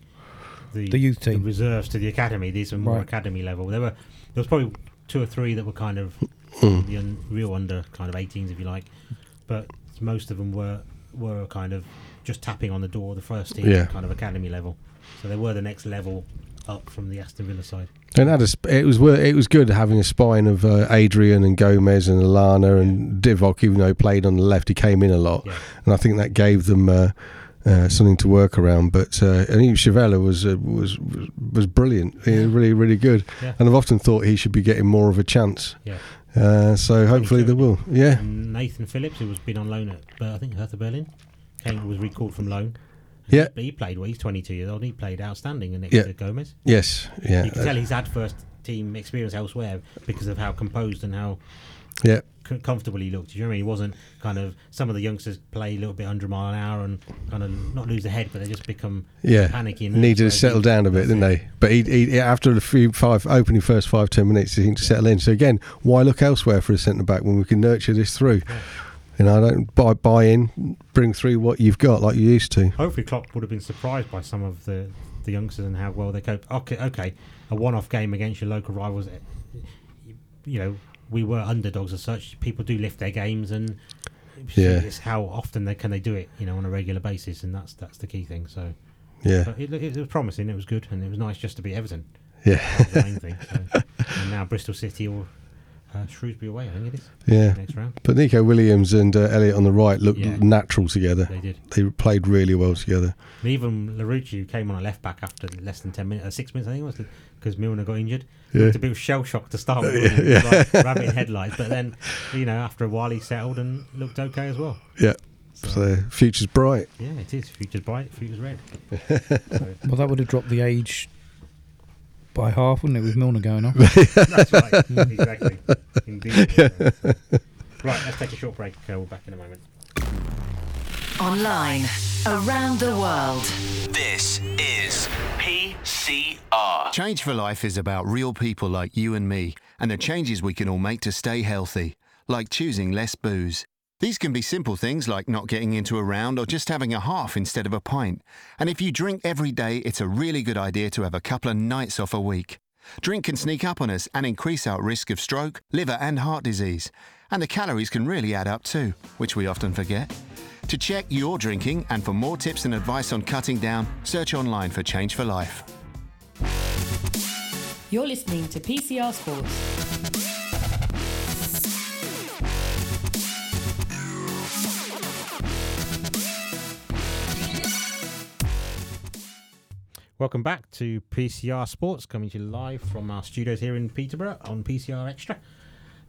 S2: the,
S3: The youth team.
S2: the reserves to the academy. These are more
S3: Right.
S2: academy level. There were there was probably two or three that were kind of the un, real under kind of 18s, if you like, but most of them were were kind of just tapping on the door of the first team
S4: Yeah.
S2: kind of academy level. So they were the next level up from the Aston Villa side.
S4: And had a sp- it was wor- it was good having a spine of uh, Adrian and Gomez and Alana and Divock, even though he played on the left, he came in a lot,
S2: Yeah.
S4: and I think that gave them uh, uh, something to work around. But uh, I think Chivella was, uh, was was was brilliant. He was really really good,
S2: Yeah.
S4: and I've often thought he should be getting more of a chance.
S2: Yeah. Mm.
S4: Uh, so hopefully they will. Yeah,
S2: And Nathan Phillips, who was been on loan at uh, I think Hertha Berlin, came was recalled from loan.
S4: Yeah.
S2: He, he played well. He's 22 years old. He played outstanding next
S4: Yeah.
S2: to Gomez.
S4: yes, yeah,
S2: You can tell he's had first team experience elsewhere because of how composed and how
S4: yeah.
S2: c- comfortable he looked. Do you know what I mean? He wasn't kind of some of the youngsters play a little bit under a mile an hour and kind of not lose their head, but they just become
S4: Yeah,
S2: panicky. And
S4: needed to
S2: nervous.
S4: settle down a bit, didn't they? But he, he after the few five opening first five ten minutes, he seemed to settle in. So again, why look elsewhere for a centre back when we can nurture this through? You know, I don't buy buy in, bring through what you've got like you used to.
S2: Hopefully, Klopp would have been surprised by some of the, the youngsters and how well they cope. Okay, okay, a one-off game against your local rivals. eh, You know, we were underdogs as such. People do lift their games, and it's-
S4: Yeah.
S2: it's how often they can they do it. You know, on a regular basis, and that's that's the key thing. So
S4: Yeah.
S2: But it, it was promising. It was good, and it was nice just to be Everton.
S4: Yeah.
S2: That was the main thing. So. And now Bristol City or uh, Shrewsbury away, I think it is.
S4: Yeah.
S2: Next round,
S4: But Nico Williams and uh, Elliot on the right looked
S2: Yeah.
S4: natural together.
S2: they did.
S4: They played really well together.
S2: And even Larucci who came on a left back after less than ten minutes, uh, six minutes, I think it was, because Milner got injured.
S4: Yeah.
S2: Looked a bit shell shocked to start with, wasn't he? It was like rabbit in headlights. But then, you know, after a while, he settled and looked okay as well.
S4: Yeah. So future's bright.
S2: Yeah, it is. Future's bright, future's red.
S3: Well, that would have dropped the age by half, wouldn't it, with Milner going off?
S2: That's right. exactly. Indeed. Right, let's take a short break. Uh, we're back in a moment.
S5: Online, around the world.
S6: This is PCR.
S7: Change for Life is about real people like you and me and the changes we can all make to stay healthy, like choosing less booze. These can be simple things like not getting into a round or just having a half instead of a pint. And if you drink every day, it's a really good idea to have a couple of nights off a week. Drink can sneak up on us and increase our risk of stroke, liver, and heart disease. And the calories can really add up too, which we often forget. To check your drinking and for more tips and advice on cutting down, search online for Change for Life.
S1: You're listening to PCR Sports.
S2: Welcome back to PCR Sports, coming to you live from our studios here in Peterborough on PCR Extra.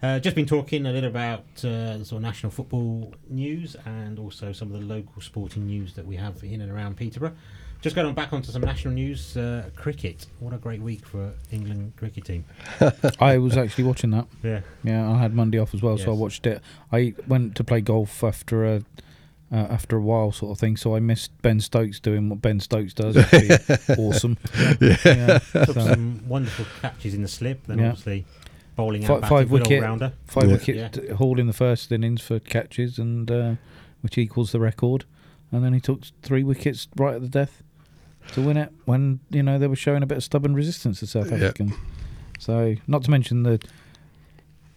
S2: Uh, just been talking a little about uh, sort of national football news and also some of the local sporting news that we have in and around Peterborough. Just going on back onto some national news, uh, cricket. What a great week for England cricket team.
S3: I was actually watching that.
S2: Yeah,
S3: Yeah, I had Monday off as well, so I
S2: Yes.
S3: watched it. I went to play golf after a uh, after a while, sort of thing. So I missed Ben Stokes doing what Ben Stokes does. which would be awesome. Yeah.
S2: took
S3: so
S2: some wonderful catches in the slip. Then
S3: Yeah.
S2: obviously bowling
S3: Fi-
S2: out back
S3: five
S2: a good
S3: wicket-
S2: all-rounder.
S3: five
S4: Yeah.
S3: wicket haul in the first innings for catches, and uh, which equals the record. And then he took three wickets right at the death to win it when you know they were showing a bit of stubborn resistance to South
S4: Yeah.
S3: African. So not to mention the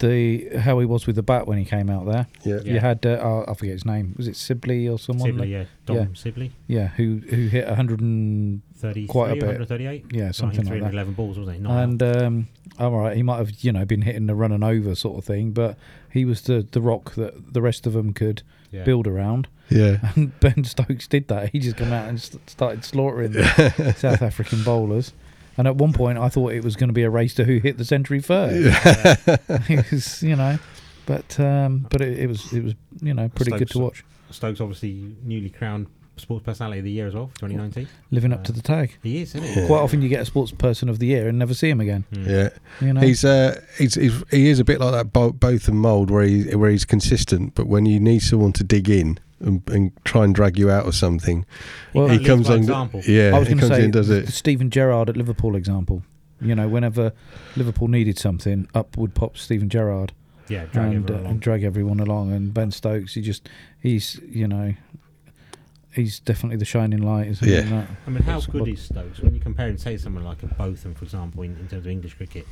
S3: the how he was with the bat when he came out there.
S4: Yeah.
S2: Yeah.
S3: You had uh, oh, I forget his name. Was it Sibley or someone?
S2: Sibley, yeah, Dom
S3: yeah.
S2: Sibley,
S3: Yeah, who who hit 100 and
S2: 33,
S3: Quite a bit.
S2: 138.
S3: yeah something like that.
S2: 311 balls, wasn't it? Not
S3: And um, all right, he might have you know been hitting the run and over sort of thing, but he was the the rock that the rest of them could
S2: Yeah.
S3: build around.
S4: Yeah.
S3: And Ben Stokes did that. He just come out and st- started slaughtering the South African bowlers. And at one point, I thought it was going to be a race to who hit the century first. it was, you know, but um, but it, it was it was you know pretty good
S4: Stokes-
S3: to watch,
S2: Stokes obviously newly crowned Sports Personality of the Year as well for 2019.
S3: living up to the tag.
S2: He is, isn't he? Hmm.
S3: Quite often, you get a sports person of the year and never see him again.
S4: Yeah.
S3: You know,
S4: He's, uh, he's, he's he is a bit like that bo- both and mold where he where he's consistent, but when you need someone to dig in and, and try and drag you out of something,
S3: Well,
S4: he
S2: leads
S4: comes
S2: by
S4: on.
S2: example.
S4: Yeah,
S3: I was
S4: he
S3: going to
S4: comes
S3: say
S4: in and does
S3: the
S4: it.
S3: Stephen Gerrard at Liverpool example. You know, whenever Liverpool needed something, up would pop Stephen Gerrard
S2: Yeah, drag
S3: and, uh,
S2: everyone
S3: and
S2: along.
S3: drag everyone along. And Ben Stokes, he just he's you know he's definitely the shining light, isn't
S4: Yeah.
S3: he? in that?
S2: I mean, how
S3: It's
S2: good
S3: what-
S2: is Stokes when you compare and say someone like a Botham, for example, in, in terms of English cricket?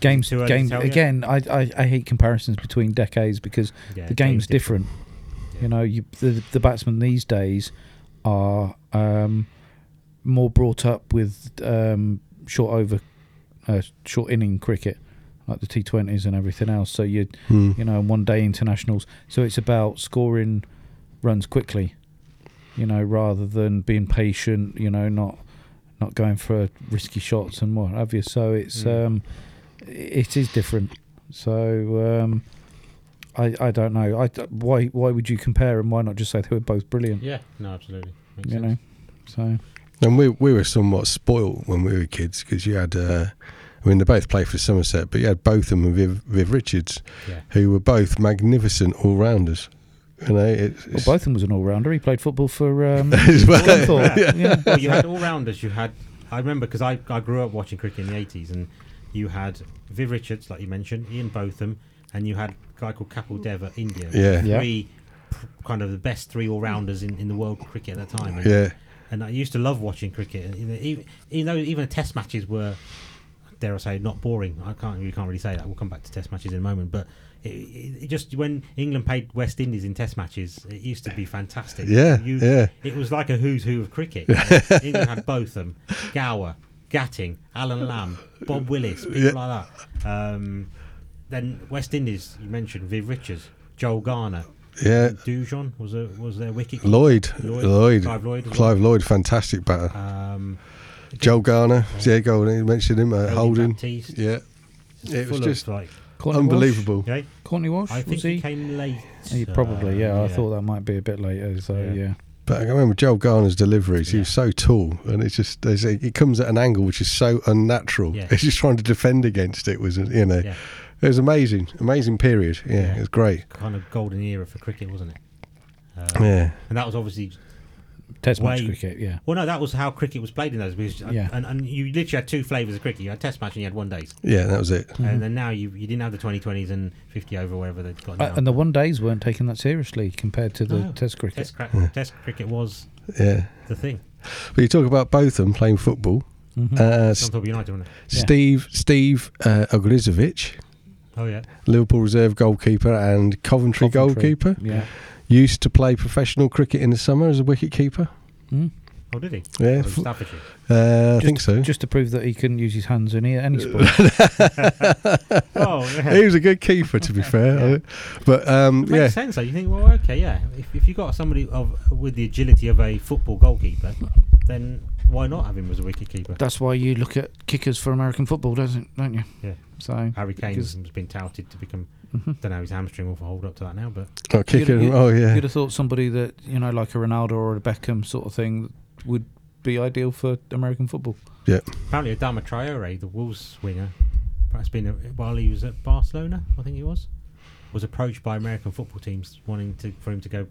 S3: games?
S2: Too early to
S3: Game
S2: tell yet?
S3: again. I, I I hate comparisons between decades because
S2: Yeah,
S3: the
S2: game's
S3: game's different. You know, you the, the batsmen these days are um, more brought up with um, short over, uh, short inning cricket, like the T20s and everything else. So you
S4: Hmm.
S3: you know one day internationals. So it's about scoring runs quickly, you know, rather than being patient. You know, not not going for risky shots and what have you. So it's
S2: Mm.
S3: um, it is different. So. Um, I, I don't know. I, why why would you compare and why not just say they were both brilliant?
S2: Yeah, no, absolutely. Makes
S3: you
S2: sense.
S3: know, so
S4: And we we were somewhat spoilt when we were kids because you had, uh, I mean, they both played for Somerset, but you had both of them and Viv, Viv Richards,
S2: Yeah.
S4: who were both magnificent all rounders. You know, it,
S3: well,
S4: it's,
S3: both of them was an all rounder. He played football for um,
S4: as well.
S3: Glenthorpe.
S2: Yeah.
S3: Yeah.
S2: well, you had all rounders. You had, I remember because I, I grew up watching cricket in the 80s, and you had Viv Richards, like you mentioned, Ian Botham, and you had a guy called Kapil Dev at India.
S4: Yeah.
S3: Yeah.
S2: Three pr- kind of the best three all rounders in, in the world cricket at the time. And
S4: yeah,
S2: and I used to love watching cricket. And, You know, even, you know, even the test matches were dare I say, not boring. I can't, you can't really say that. We'll come back to Test matches in a moment, but it, it, it just when England played West Indies in Test matches, it used to be fantastic.
S4: Yeah, yeah.
S2: It was like a who's who of cricket. England had Botham, Gower, Gatting, Alan Lamb, Bob Willis, people like that. Um, then West Indies, you mentioned Viv Richards, Joel Garner,
S4: Yeah.
S2: Dujon was a, was their wicket.
S4: Lloyd,
S2: Lloyd.
S4: Lloyd, Lloyd,
S2: Clive Lloyd as
S4: Clive Lloyd, fantastic batter.
S2: Um,
S4: Joe Garner, Diego, you mentioned him, uh, Holding.
S2: Baptiste.
S4: Yeah, it was
S2: full
S4: just
S2: of like,
S3: Courtney Walsh?
S4: unbelievable.
S2: okay.
S3: Courtney Walsh,
S2: I think
S3: was
S2: he?
S3: he?
S2: came late.
S3: He probably, yeah,
S2: Uh,
S3: I thought that might be a bit later. So
S2: Yeah.
S3: yeah,
S4: But I remember Joe Garner's deliveries. He was so tall, and it's just there's a- it comes at an angle which is so unnatural.
S2: Yeah.
S4: It's just trying to defend against it was you know,
S2: Yeah.
S4: it was amazing, amazing period. Yeah,
S2: Yeah.
S4: it was great.
S2: kind of golden era for cricket, wasn't it?
S4: Yeah,
S2: And that was obviously
S3: Test
S2: Way-
S3: match cricket. Yeah,
S2: well, no, that was how cricket was played in those. Because
S3: Yeah.
S2: and, and you literally had two flavors of cricket. You had Test match and you had one days,
S4: yeah, that was it.
S3: Mm-hmm.
S2: and then now you you didn't have the twenty twenties and fifty over whatever they've got now.
S3: Uh, and the one days weren't taken that seriously compared to the
S2: No,
S3: Oh. Test cricket.
S2: Test, cra- test cricket was
S4: Yeah,
S2: the thing.
S4: but you talk about Botham playing football.
S3: Mm-hmm.
S4: Uh,
S2: Mm.
S4: S-
S2: Some top United, wasn't it?
S4: Steve Steve uh, Ogrizovic,
S2: Oh yeah,
S4: Liverpool reserve goalkeeper and Coventry,
S3: Coventry.
S4: goalkeeper,
S3: Yeah,
S4: used to play professional cricket in the summer as a wicket keeper.
S3: Hmm?
S2: oh did he?
S4: Yeah,
S2: Oh,
S4: f-
S2: Staffordshire.
S4: uh, I think so.
S3: just to prove that he couldn't use his hands in here any sport.
S2: Oh yeah.
S4: he was a good keeper, to be fair. But um,
S2: It makes
S4: yeah,
S2: sense though. You think, well, okay, yeah. If, if you got somebody of with the agility of a football goalkeeper, then why not have him as a wicket keeper?
S3: That's why you look at kickers for American football, doesn't don't you?
S2: Yeah.
S3: So
S2: Harry Kane has
S3: Because-
S2: been touted to become. Don't know his hamstring will hold up to that now, but
S4: oh, kicking.
S3: You'd- you'd-
S4: oh yeah,
S3: You'd have thought somebody that you know, like a Ronaldo or a Beckham sort of thing, would be ideal for American football.
S4: yeah.
S2: apparently Adama Traore, the Wolves winger, perhaps been a, while he was at Barcelona, I think he was, was approached by American football teams wanting to for him to go.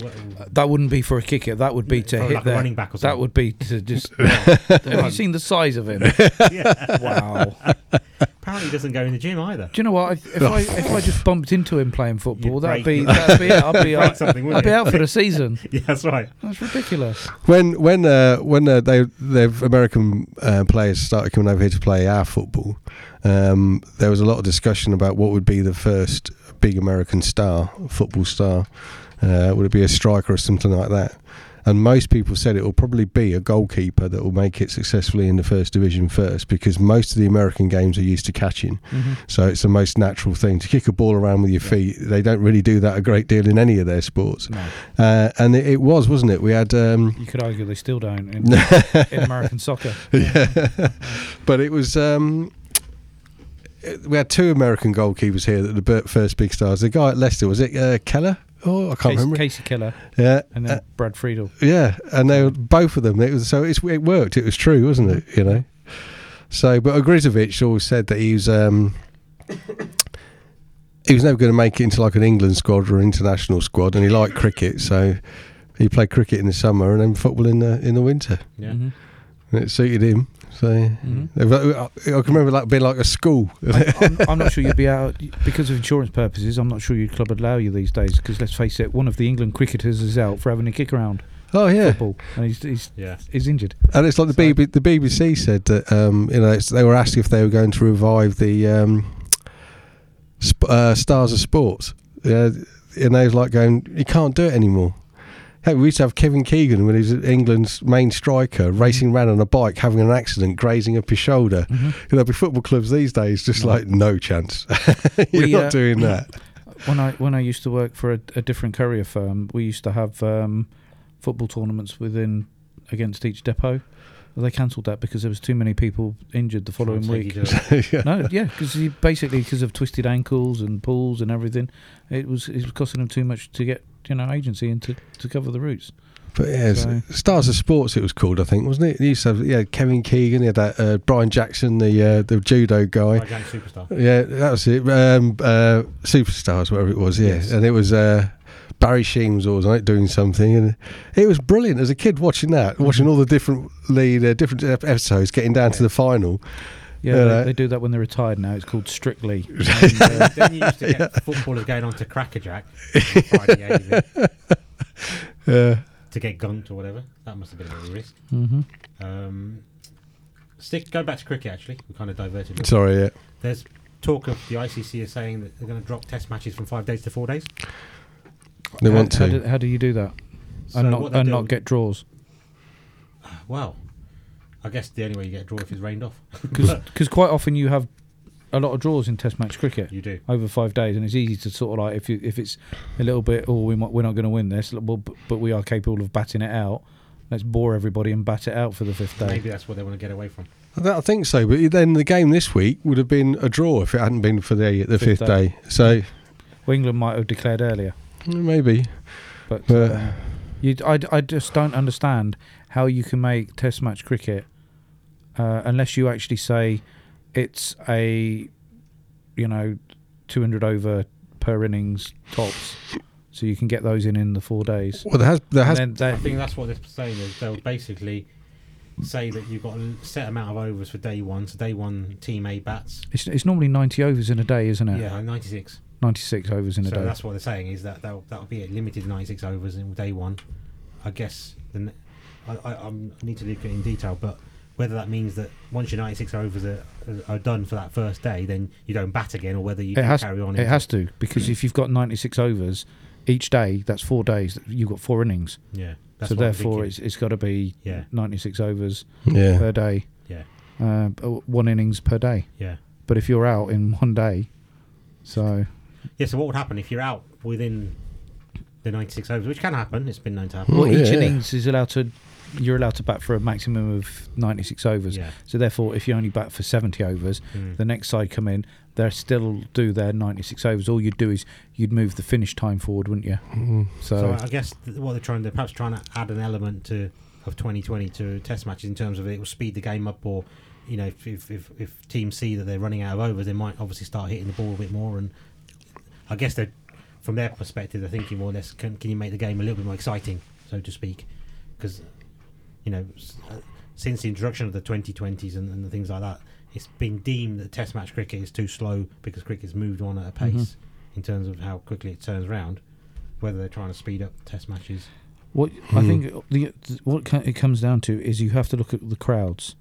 S2: Well,
S3: Uh, That wouldn't be for a kicker. That would be to
S2: Or
S3: hit
S2: like a
S3: their-
S2: running back or
S3: That
S2: something.
S3: would be to just. have you seen the size of him? Wow.
S2: apparently, he doesn't go in the gym either.
S3: Do you know what? If, if I if I just bumped into him playing football,
S2: You'd
S3: that'd
S2: break-
S3: be that'd be it. I'd be
S2: break
S3: out,
S2: something, wouldn't
S3: I'd be
S2: you?
S3: out for the season.
S2: Yeah, that's right.
S3: That's ridiculous.
S4: When when uh, when uh, they their American uh, players started coming over here to play our football, um, there was a lot of discussion about what would be the first big American star, football star. Uh, would it be a striker or something like that? And most people said it will probably be a goalkeeper that will make it successfully in the first division first, because most of the American games are used to catching.
S2: Mm-hmm.
S4: So it's the most natural thing to kick a ball around with your feet. They don't really do that a great deal in any of their sports. Uh, and it, it was, wasn't it? We had um,
S3: You could argue they still don't in, in American soccer.
S4: But it was. Um, it- we had two American goalkeepers here that the bir- first big stars. The guy at Leicester was it uh, Keller? Oh, I can't
S3: Casey,
S4: remember.
S3: Casey Keller
S4: yeah, Uh,
S3: and
S2: Uh,
S3: then Brad Friedel.
S4: yeah, and they were both of them. It was so it's, it worked. It was true, wasn't it? You know. So, but Ogrizovic always said that he was um, he was never going to make it into like an England squad or an international squad, and he liked cricket, so he played cricket in the summer and then football in the in the winter.
S2: Yeah.
S3: Mm-hmm.
S4: And it suited him. So I I can remember that being like a school.
S3: I'm, I'm not sure you'd be out because of insurance purposes. I'm not sure your club would allow you these days because let's face it, one of the England cricketers is out for having a kick around
S4: oh yeah,
S3: football and he's he's,
S2: Yeah.
S3: he's injured.
S4: and it's like the BB, the BBC said that um, you know it's, they were asked if they were going to revive the um, sp- uh, stars of sports. Yeah, and they was like going, you can't do it anymore. Hey, we used to have Kevin Keegan when he was England's main striker,
S3: Mm-hmm.
S4: racing around on a bike, having an accident, grazing up his shoulder.
S3: Mm-hmm.
S4: You know, be football clubs these days just like no chance. You're
S3: We,
S4: not
S3: uh,
S4: doing that.
S3: When I when I used to work for a, a different courier firm, we used to have um, football tournaments within against each depot. They cancelled that because there was too many people injured the
S2: Try and
S3: following
S2: take
S3: week.
S2: you to-
S3: No, yeah, because basically because of twisted ankles and pulls and everything, it was it was costing them too much to get you know agency and to, to cover the routes.
S4: But yeah, it's-
S3: So-
S4: Stars of Sports it was called, I think, wasn't it? It used to have yeah, Kevin Keegan, he had that uh, Brian Jackson, the uh, the judo guy.
S2: Gigantic superstar.
S4: Yeah, that was it. Um, uh, Superstars, whatever it was, yeah. And it was uh, Barry Sheehan was always on it doing something, and it was brilliant as a kid watching
S3: Mm-hmm.
S4: that, watching all the different lead, uh, different ep- episodes, getting down to the final.
S3: Yeah,
S4: Yeah,
S3: they,
S4: right.
S3: they do that when they're retired now. It's called strictly.
S2: And, uh, then you used to get footballers going on to Cracker Jack on Friday evening
S3: Mm-hmm.
S2: to get gunked or whatever. That must have been a real risk. Um, Stick. Go back to cricket. Actually, we kind of diverted. a little.
S4: Sorry, yeah.
S2: There's talk of the ICC is saying that they're going to drop Test matches from five days to four days.
S4: They
S3: how,
S4: want
S3: How
S4: to.
S3: do, how do you do that
S2: So
S3: and
S2: what
S3: not
S2: they
S3: and
S2: do-
S3: not get draws?
S2: Well, I guess the only way you get a draw if it's rained off.
S3: Because quite often you have a lot of draws in Test match cricket.
S2: you do.
S3: over five days, and it's easy to sort of like if you if it's a little bit, oh, we might, we're not going to win this, well, but, but we are capable of batting it out. Let's bore everybody and bat it out for the fifth day.
S2: Maybe that's what they want to get away from.
S4: I don't- I think so, but then the game this week would have been a draw if it hadn't been for the the fifth,
S3: Fifth
S4: day.
S3: day.
S4: So
S3: Well, England might have declared earlier,
S4: mm, maybe,
S3: but
S4: but
S3: um, you, I, I just don't understand how you can make Test match cricket uh, unless you actually say it's a you know 200 over per innings tops, so you can get those in in the four days.
S4: well, there has there
S3: And
S4: has
S3: then that-
S2: I think that's what they're saying is they'll basically say that you've got a set amount of overs for day one. So day one, team A bats.
S3: It's, it's normally 90 overs in a day, isn't it?
S2: Yeah, 96.
S3: 96 overs in a
S2: So
S3: day.
S2: that's what they're saying is that that'll, that'll be it. Limited 96 overs in day one. I guess the, ne- I, I, I'm- I need to look at it in detail, but whether that means that once your 96 overs are, are done for that first day, then you don't bat again, or whether you
S3: it has,
S2: carry on.
S3: it
S2: into-
S3: has to, because if you've got 96 overs each day, that's four days. You've got four innings.
S2: Yeah. That's
S3: so
S2: what I'm
S3: therefore,
S2: thinking.
S3: it's, it's got to be
S2: Yeah.
S3: 96 overs
S4: yeah.
S3: per day,
S2: yeah,
S3: uh, b- one innings per day.
S2: yeah,
S3: But if you're out in one day, so
S2: yeah. So what would happen if you're out within the 96 overs, which can happen? It's been known to happen.
S4: Well,
S3: well, each
S4: yeah, yeah.
S3: innings is allowed to, you're allowed to bat for a maximum of 96 overs.
S2: Yeah. Mm.
S3: So therefore, if you only bat for 70 overs, the next side come in, they still do their 96 overs. All you'd do is you'd move the finish time forward, wouldn't you?
S2: So
S3: So,
S2: I guess th- what they're trying, they're perhaps trying to add an element to of 2020 to Test matches in terms of it will speed the game up, or you know, if if, if, if teams see that they're running out of overs, they might obviously start hitting the ball a bit more. And I guess they, are from their perspective, they're thinking more or less, can, can you make the game a little bit more exciting, so to speak? Because you know, s- uh, since the introduction of the 2020s and, and the things like that, it's been deemed that Test match cricket is too slow because cricket's moved on at a
S3: Mm-hmm.
S2: pace in terms of how quickly it turns round. Whether they're trying to speed up Test matches,
S3: what I
S2: Hmm.
S3: think the, what co- it comes down to is you have to look at the crowds.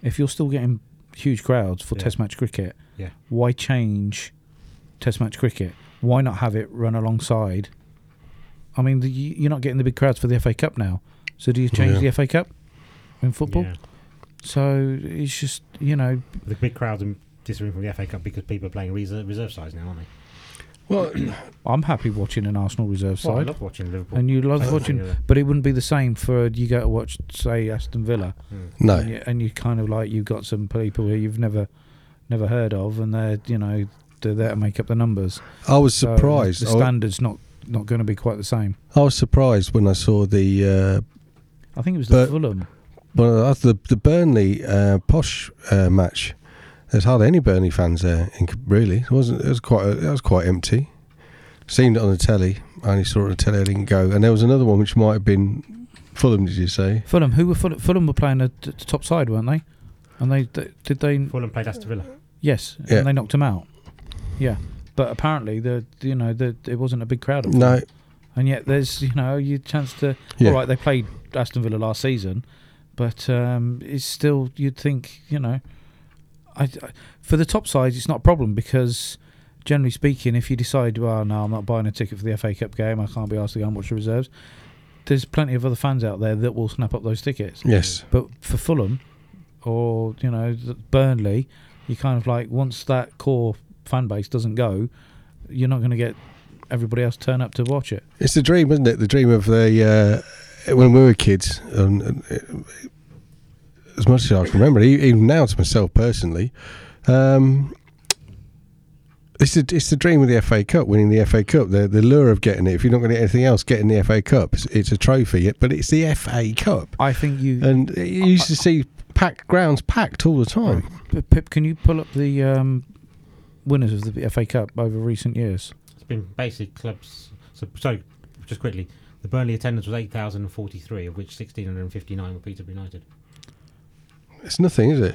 S3: If you're still getting huge crowds for
S2: Hmm. Yeah.
S3: Test match cricket,
S2: yeah,
S3: why change Test match cricket? Why not have it run alongside? I mean, the, you- you're not getting the big crowds for the FA Cup now, so do you change
S4: Yeah.
S3: the FA Cup in football?
S2: Yeah.
S3: So it's just you know
S2: the big crowds are disappearing from the FA Cup because people are playing reserve, reserve sides now, aren't they?
S4: Well,
S3: I'm happy watching an Arsenal reserve
S2: Well, I
S3: side.
S2: love watching Liverpool.
S3: and you love
S2: Same
S3: watching,
S2: thing, yeah.
S3: but it wouldn't be the same for you go to watch, say, Aston Villa, and,
S4: no,
S3: you, and you kind of like you've got some people who you've never, never heard of, and they're you know they're there to make up the numbers.
S4: I was
S3: So
S4: surprised. Oh.
S3: the
S4: I wa-
S3: standards not not going to be quite the same.
S4: I was surprised when I saw the uh,
S3: I think it was
S4: But-
S3: the Fulham.
S4: well, that's the the Burnley uh, posh uh, match. There's hardly any Burnley fans there. In, really, it wasn't. It was quite. It was quite empty. Seen it on the telly. I only saw it on the telly. I didn't go. And there was another one which might have been Fulham. Did you say?
S3: Fulham, who were Fulham, Fulham were playing the, the top side, weren't they? And they, they did they
S2: Fulham played Aston Villa.
S3: yes,
S4: Yeah.
S3: and they knocked him out. Yeah, but apparently the you know the, it wasn't a big crowd. up
S4: No.
S3: and yet there's you know your chance to
S4: Yeah.
S3: all right they played Aston Villa last season but um, it's still you'd think you know I, I- for the top side it's not a problem because generally speaking if you decide well no I'm not buying a ticket for the FA Cup game I can't be asked to go and watch the reserves there's plenty of other fans out there that will snap up those tickets
S4: Yes.
S3: but for Fulham or you know th- Burnley, you kind of like once that core fan base doesn't go, you're not going to get everybody else turn up to watch it.
S4: It's the dream, isn't it? The dream of the uh, when we were kids, and, and it, as much as I can remember, e- even now to myself personally, um, it's the it's the dream of the FA Cup, winning the FA Cup, the the lure of getting it. If you're not going to get anything else, getting the FA Cup, it's, it's a trophy, but it's the FA Cup,
S3: I think you,
S4: and you used to see packed grounds packed all the time.
S3: P- Pip, can you pull up the um, winners of the FA Cup over recent years?
S2: It's been basic clubs. So, so just quickly, the Burnley attendance was 8,043, of which 1,659 were Peterborough United.
S4: It's nothing, is it?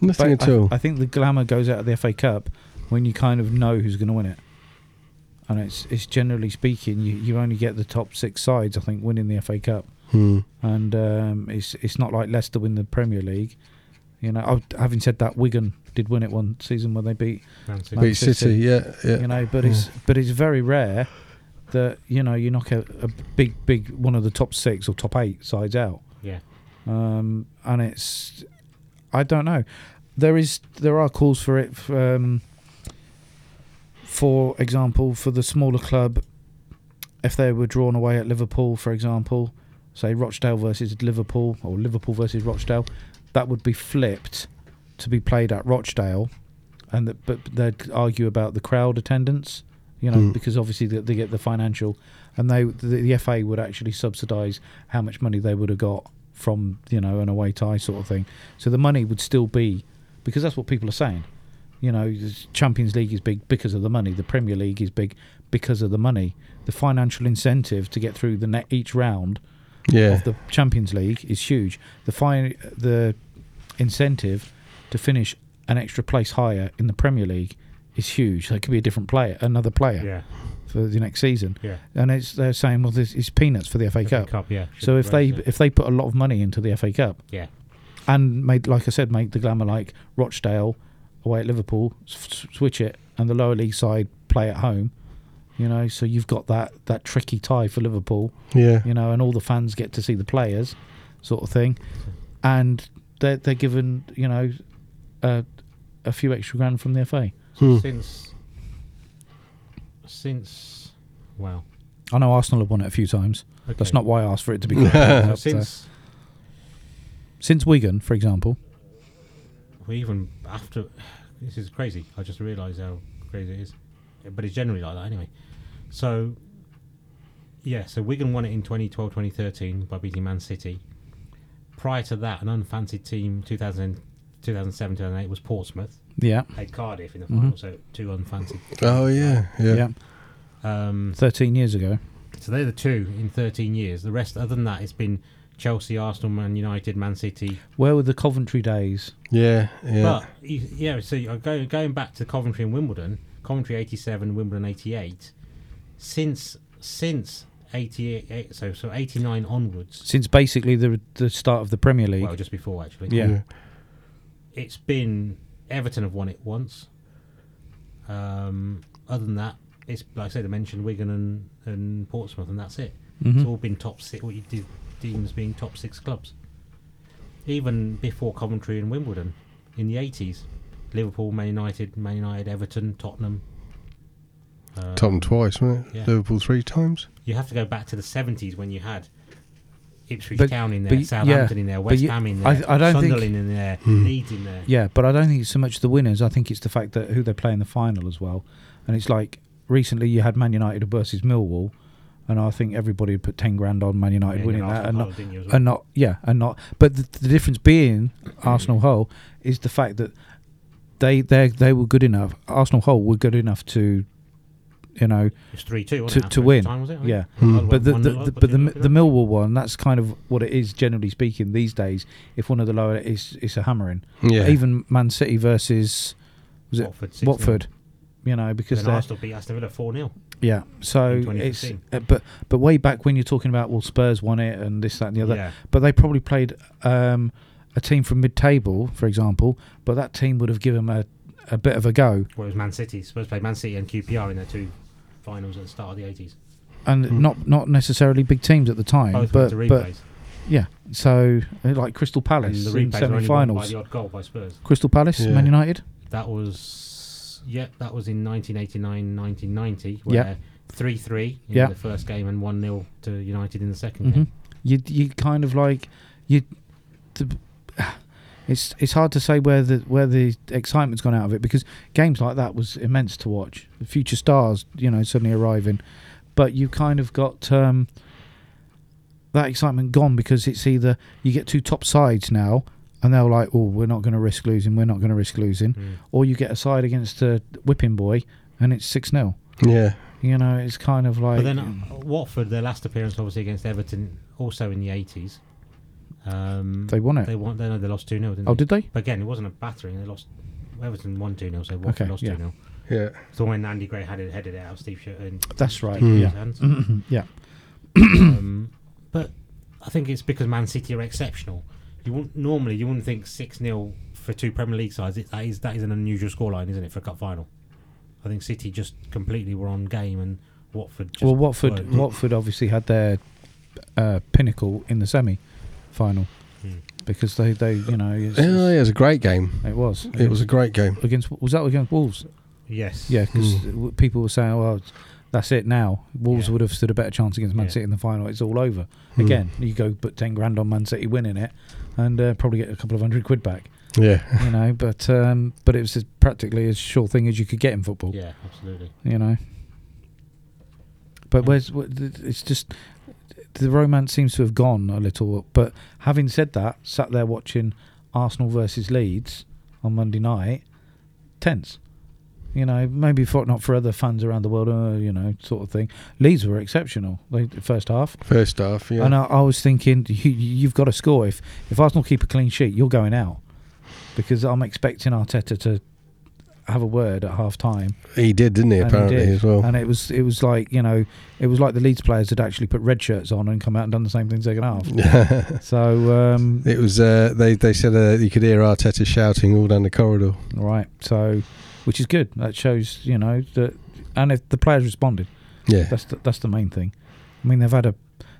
S4: Nothing
S3: But
S4: at
S3: I,
S4: all.
S3: I think the glamour goes out of the FA Cup when you kind of know who's going to win it. And it's it's generally speaking, you, you only get the top six sides, I think, winning the FA Cup.
S4: Hmm.
S3: and um, it's it's not like Leicester win the Premier League You know, I- having said that, Wigan did win it one season when they beat.
S2: Man City.
S3: Man
S4: Beat City,
S3: City.
S4: yeah, yeah.
S3: You know, but it's but it's very rare that you know you knock a, a big big one of the top six or top eight sides out.
S2: Yeah.
S3: um, and it's I don't know. There is there are calls for it. f- Um, for example, for the smaller club, if they were drawn away at Liverpool, for example, say Rochdale versus Liverpool or Liverpool versus Rochdale, that would be flipped to be played at Rochdale, and that but they'd argue about the crowd attendance, you know, because obviously that they get the financial, and they the, the FA would actually subsidise how much money they would have got from you know an away tie sort of thing. So the money would still be because that's what people are saying. You know, the Champions League is big because of the money. The Premier League is big because of the money. The financial incentive to get through the net each round
S4: yeah.
S3: of the Champions League is huge. The fine, the incentive to finish an extra place higher in the Premier League is huge. That could be a different player, another player
S2: Yeah.
S3: for the next season.
S2: Yeah.
S3: And it's they're saying, well, this is peanuts for the FA
S2: Cup.
S3: Cup.
S2: yeah.
S3: So
S2: Should
S3: if
S2: be
S3: they
S2: raised, yeah.
S3: if they put a lot of money into the FA Cup
S2: yeah.
S3: and made, like I said, make the glamour like Rochdale away at Liverpool, s- s- switch it, and the lower league side play at home. You know, so you've got that that tricky tie for Liverpool
S4: yeah.
S3: you know, and all the fans get to see the players, sort of thing, and they're they're given you know a, a few extra grand from the FA.
S2: Since. Since. Wow.
S3: I know Arsenal have won it a few times. That's
S2: Okay.
S3: not why I asked for it to be. called that, but, uh,
S2: since.
S3: since Wigan, for example,
S2: we even after this is crazy. I just realised how crazy it is, but it's generally like that anyway. So, yeah, so Wigan won it in 2012 2013 by beating Man City. Prior to that, an unfancied team 2000, 2007 2008 was Portsmouth,
S3: yeah,
S2: played Cardiff in the final, so two unfancied.
S4: Oh yeah, yeah.
S3: yeah,
S2: Um,
S3: thirteen years ago,
S2: so they're the two in 13 years. The rest, other than that, it's been Chelsea, Arsenal, Man United, Man City,
S3: where were the Coventry days?
S4: Yeah, yeah.
S2: But you- yeah, so you- go, going back to Coventry and Wimbledon, Coventry '87, Wimbledon '88. Since since '88, so so '89 onwards,
S3: Since basically the the start of the Premier League,
S2: well, just before actually,
S3: yeah.
S2: it's been Everton have won it once. Um, other than that, it's like I said, I mentioned Wigan and, and Portsmouth, and that's it. It's
S3: Mm-hmm.
S2: all been top six. What you de- deem as being top six clubs, even before Coventry and Wimbledon in the eighties, Liverpool, Man United, Man United, Everton, Tottenham.
S3: Uh,
S4: Tottenham twice, wasn't it?
S2: yeah.
S4: Liverpool three times.
S2: You have to go back to the seventies when you had. Ipswich
S3: But-
S2: Town in
S3: but
S2: there,
S3: y-
S2: Southampton
S3: yeah,
S2: in there,
S3: but
S2: West
S3: you-
S2: Ham in there,
S3: I- I don't think- Hmm.
S2: Sunderland in there, Leeds in there.
S3: Yeah, but I don't think it's so much the winners. I think it's the fact that who they play in the final as well. And it's like recently you had Man United versus Millwall, and I think everybody had put ten grand on Man United
S2: Yeah,
S3: winning
S2: and
S3: that,
S2: Arsenal
S3: and
S2: Hull,
S3: not,
S2: didn't you, as well?
S3: and not, yeah, and not. But the, the difference being Arsenal Hull is the fact that they they they were good enough. Arsenal Hull were good enough to, you know,
S2: It's three two
S3: to, to win. yeah, Mm. but the, the, the but the, Mi- the Millwall one, that's kind of what it is generally speaking these days. If one of the lower, it's it's a hammering.
S4: Yeah.
S3: Even Man City versus was it
S2: Watford, 6-0.
S3: Watford? You know because
S2: because
S3: they're
S2: Arsenal beat Aston Villa four 0
S3: yeah. So
S2: in 2015.
S3: it's uh, but but way back when you're talking about well Spurs won it and this that and the other.
S2: Yeah.
S3: But they probably played um, a team from mid-table, for example. But that team would have given them a, a bit of a go.
S2: Whereas Man City, Spurs played Man City and QPR in their two finals at the start of the eighties.
S3: and not not necessarily big teams at the time,
S2: Hmm. Both
S3: but
S2: went to
S3: but
S2: replays,
S3: yeah. So uh, like Crystal
S2: and
S3: Palace
S2: the
S3: in
S2: replays were only won by
S3: semi-finals,
S2: the odd goal by Spurs.
S3: Crystal Palace,
S4: Yeah.
S3: Man United.
S2: That was yep, that was in 1989-1990, where
S3: Yeah.
S2: three three in
S3: Yeah.
S2: the first game and one 0 to United in the 2nd
S3: Mhm.
S2: game.
S3: You you kind of like you. The, it's it's hard to say where the where the excitement's gone out of it because games like that was immense to watch. The future stars, you know, suddenly arriving, but you kind of got um, that excitement gone because it's either you get two top sides now. And they're like, oh, we're not going to risk losing. We're not going to risk losing.
S2: Mm.
S3: Or you get a side against a whipping boy, and it's six 0
S4: Yeah.
S3: You know, it's kind of like
S2: But then uh, Watford, their last appearance obviously against Everton, also in the eighties. Um,
S3: they won it.
S2: They won. They, no, they lost two 0 didn't
S3: oh,
S2: they?
S3: did they?
S2: But again, it wasn't a battering. They lost. Everton won two 0 so Watford
S3: Okay,
S2: lost two
S3: yeah.
S2: 0
S4: Yeah.
S2: So when Andy Gray had it headed it out, Steve Shirt and
S3: That's right.
S8: Hmm.
S2: Steve
S3: Yeah.
S2: Hands.
S3: Yeah.
S2: um, but I think it's because Man City are exceptional. You wouldn't normally you wouldn't think six 0 for two Premier League sides, it, that is that is an unusual scoreline, isn't it, for a cup final? I think City just completely were on game, and Watford. Just
S3: well, Watford
S2: weren't.
S3: Watford obviously had their uh, pinnacle in the semi-final because they they you know it's,
S8: Hmm. Yeah, it was a great game.
S3: it was
S8: It was a great game.
S3: against was that against Wolves?
S2: yes,
S3: Yeah, because
S8: Hmm.
S3: people were saying, "Well, it's- that's it now." Wolves
S2: Yeah.
S3: would have stood a better chance against Man
S2: Yeah.
S3: City in the final. It's all over
S8: Hmm. Mm.
S3: again. You go put ten grand on Man City winning it, and uh, probably get a couple of hundred quid back.
S8: Yeah.
S3: You know, but um, but it was as practically as sure thing as you could get in football.
S2: yeah, absolutely.
S3: You know, but where's wh- th- it's just the romance seems to have gone a little. But having said that, sat there watching Arsenal versus Leeds on Monday night, tense. You know, maybe for, not for other fans around the world, uh, you know, sort of thing. Leeds were exceptional. They the first half,
S8: First half, yeah.
S3: and I, I was thinking, you, you've got to score. If if Arsenal keep a clean sheet, you're going out because I'm expecting Arteta to have a word at half time.
S8: He did, didn't he,
S3: And he
S8: apparently,
S3: did.
S8: as well.
S3: And it was it was like you know it was like the Leeds players had actually put red shirts on and come out and done the same thing second half. so um,
S8: It was. Uh, they they said uh, you could hear Arteta shouting all down the corridor.
S3: right, so which is good. That shows you know that and if the players responded,
S8: Yeah,
S3: that's the, that's the main thing. I mean they've had a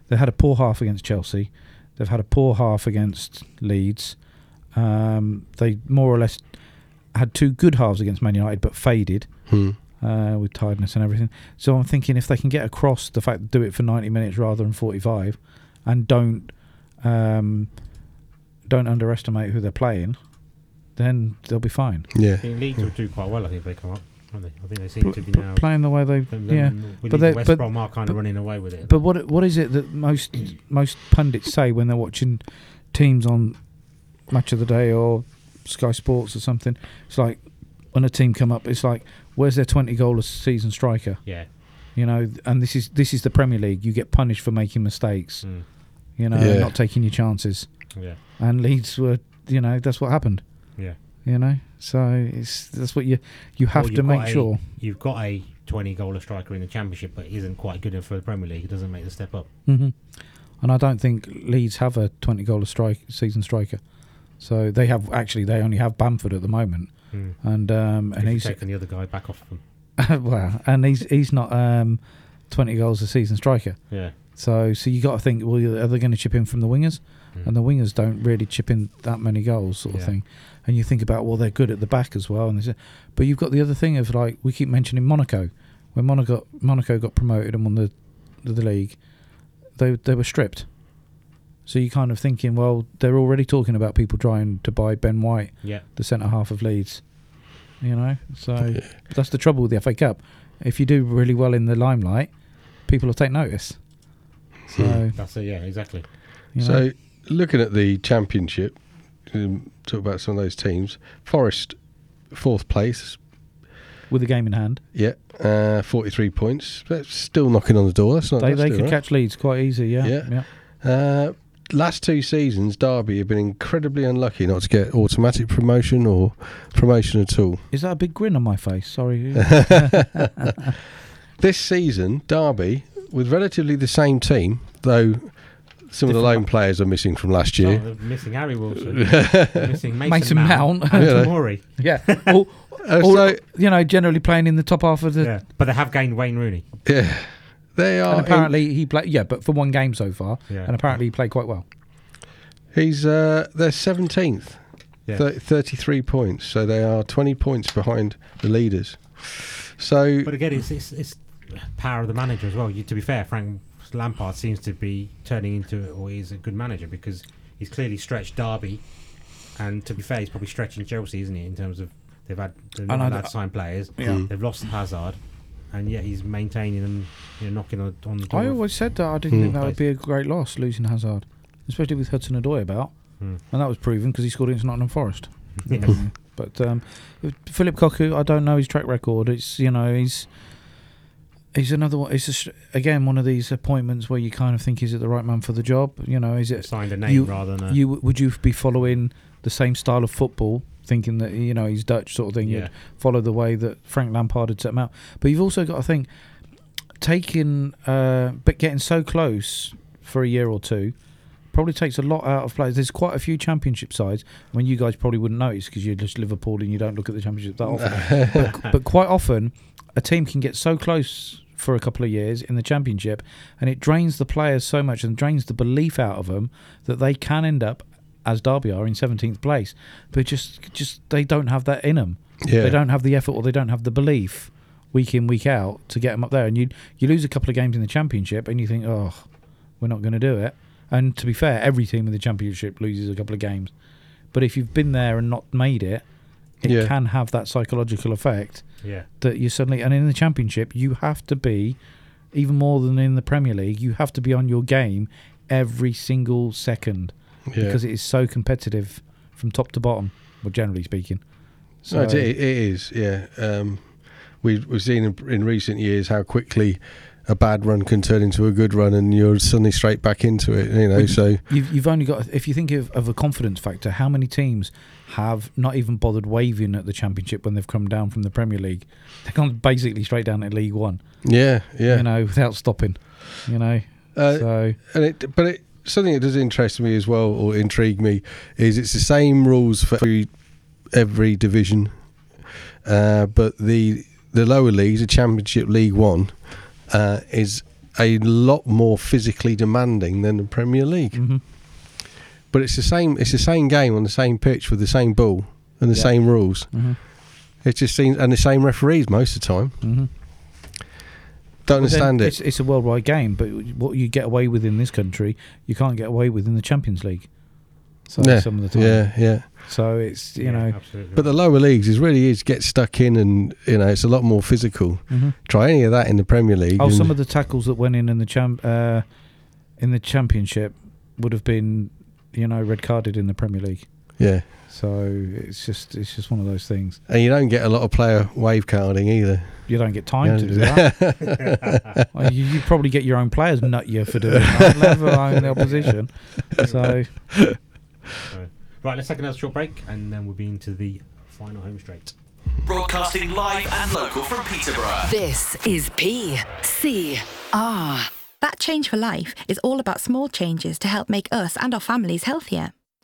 S3: they had a poor half against Chelsea, they've had a poor half against Leeds. Um, they more or less had two good halves against Man United, but faded.
S8: Hmm.
S3: uh, with tiredness and everything. So I'm thinking if they can get across the fact do it for 90 minutes rather than 45, and don't um, don't underestimate who they're playing, then they'll be fine.
S8: yeah.
S2: I think Leeds will do quite well. I think if they come up. Aren't they? I think they seem to be
S3: P-
S2: now.
S3: playing the way they
S2: them-
S3: yeah.
S2: them- we
S3: but
S2: need the
S3: they-
S2: West
S3: but-
S2: Brom are kind
S3: but-
S2: of running away with it.
S3: But what what is it that most most pundits say when they're watching teams on Match of the Day or Sky Sports or something? It's like when a team come up, it's like where's their 20 goal a season striker?
S2: yeah,
S3: you know and this is this is the premier league you get punished for making mistakes
S2: Mm.
S3: you know
S8: Yeah.
S3: not taking your chances
S2: yeah,
S3: and leeds were you know that's what happened
S2: yeah.
S3: you know so it's that's what you you have
S2: Or you've
S3: to make
S2: got a-
S3: sure
S2: you've got a 20 goaler striker in the championship, but isn't quite good enough for the Premier League. It doesn't make the step up.
S3: hmm and i don't think leeds have a 20 goal strike season striker so they have actually they only have bamford at the moment
S2: Mm.
S3: and um and
S2: if
S3: he's
S2: you're taking the other guy back off them.
S3: well and he's he's not um 20 goals a season striker
S2: Yeah,
S3: So, so you got to think, well, are they going to chip in from the wingers?
S2: Mm.
S3: And the wingers don't really chip in that many goals, sort of
S2: Yeah.
S3: thing. And you think about, well, they're good at the back as well. And they say, but you've got the other thing of like we keep mentioning Monaco, when Monaco Monaco got promoted and won the the, the league, they they were stripped. So you're kind of thinking, well, they're already talking about people trying to buy Ben White,
S2: yeah.
S3: the centre half of Leeds. You know, so that's the trouble with the FA Cup. If you do really well in the limelight, people will take notice.
S2: Hmm.
S3: So
S2: That's it. Yeah, exactly.
S3: you know,
S8: So looking at the championship, um, talk about some of those teams. Forest, fourth place.
S3: with the game in hand,
S8: Yeah, uh, forty-three points. That's still knocking on the door. That's not.
S3: they,
S8: that's
S3: they
S8: still
S3: could
S8: right.
S3: catch leads quite easy. Yeah,
S8: Yeah. Uh, last two seasons, Derby have been incredibly unlucky not to get automatic promotion or promotion at all.
S3: Is that a big grin on my face? Sorry.
S8: This season, Derby, with relatively the same team, though some of the
S2: Different
S8: lone players are missing from last
S2: Oh,
S8: year.
S2: they're missing Harry Wilson. They're missing Mason,
S3: Mason
S2: Mount.
S3: Mount.
S2: and
S8: Yeah.
S2: Tomori.
S3: yeah. Or,
S8: Uh,
S3: or,
S8: so,
S3: you know, generally playing in the top half of the.
S2: Yeah, but they have gained Wayne Rooney.
S8: yeah, they are.
S3: And apparently he played. Yeah, but for one game so far,
S2: Yeah.
S3: and apparently he played quite well.
S8: he's uh, they're seventeenth,
S2: Yeah.
S8: thirty-three points. So they are twenty points behind the leaders. So
S2: But again, it's, it's it's power of the manager as well. You, to be fair, Frank Lampard seems to be turning into, or he's a good manager because he's clearly stretched Derby, and to be fair, he's probably stretching Chelsea, isn't he? In terms of they've had they've not
S3: I
S2: allowed
S3: know
S2: to sign players,
S8: mm,
S2: they've lost Hazard, and yet he's maintaining them, you know, knocking on, on the door.
S3: I
S2: of-
S3: always said that I didn't think that would
S2: Nice.
S3: be a great loss losing Hazard, especially with Hudson Odoi about,
S2: Hmm.
S3: and that was proven because he scored against Nottingham Forest.
S2: Yeah.
S3: Mm. But um, Philip Cocu, I don't know his track record. It's you know he's he's another one. It's just, again one of these appointments where you kind of think is it the right man for the job? You know, is it
S2: signed a name
S3: you-
S2: rather than a
S3: you would you be following the same style of football, thinking that you know he's Dutch sort of thing?
S2: Yeah.
S3: You'd follow the way that Frank Lampard had set him out. But you've also got to think taking uh, but getting so close for a year or two probably takes a lot out of players. There's quite a few championship sides. I mean, you guys probably wouldn't notice because you're just Liverpool and you don't look at the championship that often. but, but quite often, a team can get so close for a couple of years in the championship, and it drains the players so much and drains the belief out of them that they can end up as Derby are in 17th place. But just, just they don't have that in them.
S8: Yeah.
S3: They don't have the effort or they don't have the belief week in week out to get them up there. And you you lose a couple of games in the championship, and you think, oh, we're not going to do it. And to be fair, every team in the championship loses a couple of games. But if you've been there and not made it, it
S8: Yeah.
S3: can have that psychological effect
S2: Yeah.
S3: that you suddenly and in the championship you have to be even more than in the Premier League, you have to be on your game every single second because it is so competitive from top to bottom, well generally speaking.
S8: No, it, it is. Yeah, um, we've we've seen in, in recent years how quickly a bad run can turn into a good run, and you're suddenly straight back into it. You know, so
S3: You've, you've only got, if you think of, of a confidence factor, how many teams have not even bothered waving at the Championship when they've come down from the Premier League? They've gone basically straight down at League One,
S8: yeah, yeah.
S3: you know, without stopping, you know.
S8: Uh,
S3: so,
S8: and it but it something that does interest me as well or intrigue me is it's the same rules for every, every division uh, but the the lower leagues the championship league one uh, is a lot more physically demanding than the premier league
S3: mm-hmm,
S8: but it's the same it's the same game on the same pitch with the same ball and the
S4: Yeah.
S8: same rules
S3: Mhm.
S8: it just seems and the same referees most of the time
S3: Mhm.
S8: don't
S3: But then
S8: understand it
S3: It's, it's a worldwide game, but what you get away with in this country, you can't get away with in the Champions League. So
S8: yeah
S3: some of the time,
S8: yeah yeah
S3: So it's you
S2: Yeah,
S3: know,
S2: absolutely.
S8: But the lower leagues is really is get stuck in, and you know it's a lot more physical.
S3: Mhm.
S8: Try any of that in the Premier League.
S3: oh,
S8: and-
S3: some of the tackles that went in in the champ uh, in the Championship would have been you know red carded in the Premier League.
S8: yeah,
S3: So it's just it's just one of those things.
S8: and you don't get a lot of player wave carding either.
S3: You don't get time to
S8: Yeah.
S3: do that. Well, you, you probably get your own players nut you for doing that, let alone the opposition. So
S2: So- right, let's take another short break and then we'll be into the final home straight.
S6: Broadcasting live and local from Peterborough.
S5: This is PCR.
S9: That Change for Life is all about small changes to help make us and our families healthier.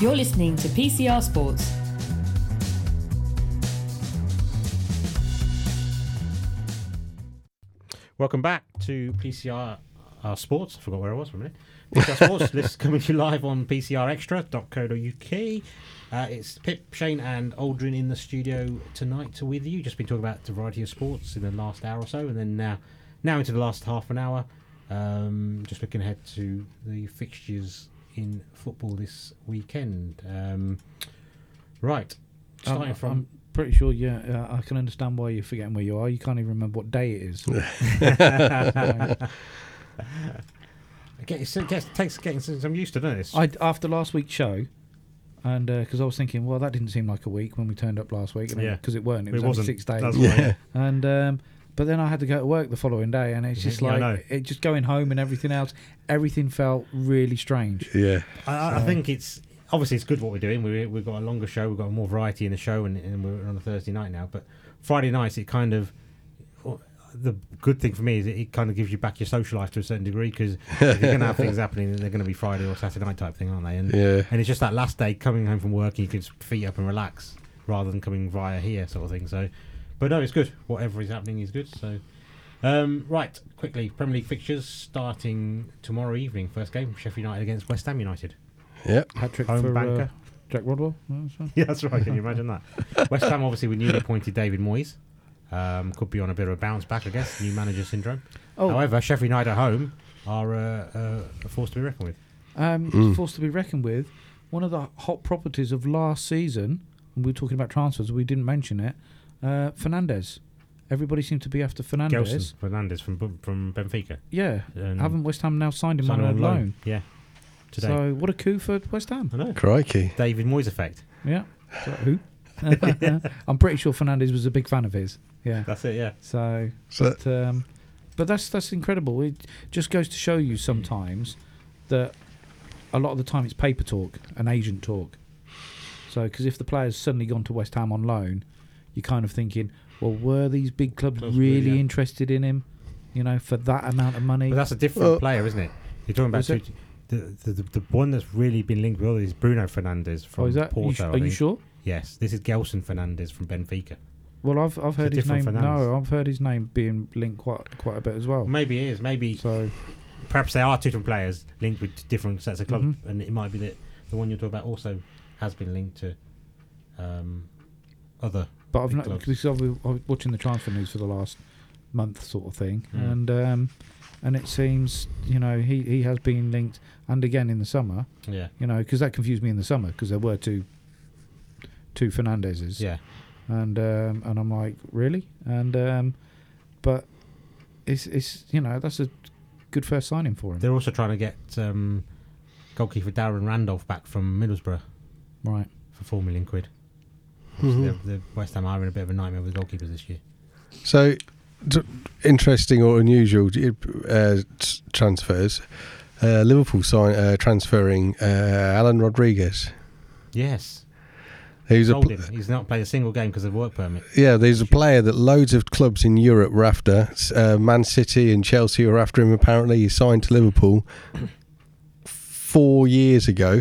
S1: You're listening to PCR Sports.
S2: Welcome back to PCR uh, Sports. I forgot where I was for a minute. PCR Sports. this is coming to you live on PCRExtra.co.uk. Uh, it's Pip, Shane, and Aldrin in the studio tonight with you. Just been talking about a variety of sports in the last hour or so, and then now, now into the last half an hour. Um, just looking ahead to the fixtures in football this weekend. Um,
S3: Um,
S2: right, starting
S3: I'm,
S2: from
S3: I'm pretty sure. Yeah, uh, I can understand why you're forgetting where you are. You can't even remember what day it is.
S2: Get- it gets- takes getting some some used to, doesn't it?
S3: I after last week's show, and because I was thinking, well, that didn't seem like a week when we turned up last week,
S2: Yeah.
S3: because it weren't. It
S2: It
S3: was only
S2: wasn't.
S3: six days.
S2: That's
S8: yeah, yeah,
S3: And um, but then I had to go to work the following day, and it's just
S2: Yeah, I
S3: like
S2: know.
S3: it just going home and everything else. Everything felt really strange.
S8: yeah,
S2: I, I- I think it's obviously it's good what we're doing. We we've got a longer show, we've got more variety in the show, and, and we're on a Thursday night now. But Friday nights, it kind of the good thing for me is it, it kind of gives you back your social life to a certain degree because you're going to have things happening, they're going to be Friday or Saturday night type thing, aren't they? And
S8: Yeah.
S2: and it's just that last day coming home from work, and you can just feet up and relax rather than coming via here sort of thing. So, but no, it's good. Whatever is happening is good. So. Um, right, quickly, Premier League fixtures starting tomorrow evening. First game, Sheffield United against West Ham United.
S8: Yep.
S3: Hat trick
S2: Home
S3: for uh,
S2: banker.
S3: Jack Rodwell. No, that's fine.
S2: Yeah, that's right. Can you imagine that? West Ham, obviously, with newly appointed David Moyes, um, could be on a bit of a bounce back, I guess, new manager syndrome.
S3: Oh.
S2: However, Sheffield United at home are uh, uh, a force to be reckoned with.
S3: Um, Forced to be reckoned with. One of the hot properties of last season, and we were talking about transfers, we didn't mention it. Uh, Fernandez Everybody seemed to be after Fernandez.
S2: Gelson Fernandez from Bu- from Benfica.
S3: Yeah,
S2: And
S3: haven't West Ham now signed him
S2: signed
S3: on a loan?
S2: Yeah, today.
S3: So what a coup for West Ham.
S2: I know.
S8: Crikey.
S2: David Moyes effect.
S3: Yeah. So, who? I'm pretty sure Fernandez was a big fan of his. Yeah.
S2: That's it. Yeah.
S3: So,
S8: So-
S3: but, um, but that's that's incredible. It just goes to show you sometimes that a lot of the time it's paper talk and agent talk. So, because if the player's suddenly gone to West Ham on loan, you're kind of thinking, well, were these big clubs
S2: Clubs,
S3: really
S2: yeah.
S3: interested in him? You know, for that amount of money.
S2: But that's a different
S8: Well-
S2: player, isn't it? You're talking about
S3: Was it-
S2: two, the, the, the the one that's really been linked with all is Bruno Fernandez from
S3: oh, is that? you
S2: Porto.
S3: sh-
S2: I
S3: are you
S2: think.
S3: sure?
S2: Yes, this is Gelson Fernandez from Benfica.
S3: Well, I've I've heard his name.
S2: different Fernandes.
S3: No, I've heard his name being linked quite quite a bit as well.
S2: Maybe it is. Maybe
S3: So
S2: perhaps they are two different players linked with different sets of clubs,
S8: Mm-hmm.
S2: and it might be that the one you're talking about also has been linked to um, other.
S3: But I've
S2: Big
S3: not
S2: clubs.
S3: because I've been I've been watching the transfer news for the last month, sort of thing,
S2: Mm.
S3: and um, and it seems you know he he has been linked, and again in the summer,
S2: Yeah,
S3: you know, because that confused me in the summer because there were two two Fernandezes,
S2: yeah.
S3: and um, and I'm like really, and um, but it's it's you know that's a good first signing for him,
S2: They're also trying to get um, goalkeeper Darren Randolph back from Middlesbrough
S3: right?
S2: for four million quid.
S8: Mhm.
S2: The, the West Ham are in a bit of a nightmare with goalkeepers this year.
S8: So, d- interesting or unusual d- uh, t- transfers. Uh, Liverpool sign, uh, transferring uh, Alan Rodriguez.
S2: Yes,
S8: Who's a
S2: sold
S8: pl-
S2: him. He's not played a single game because of work permit.
S8: yeah, there's a player that loads of clubs in Europe were after. S- Uh, Man City and Chelsea were after him. Apparently, he signed to Liverpool four years ago.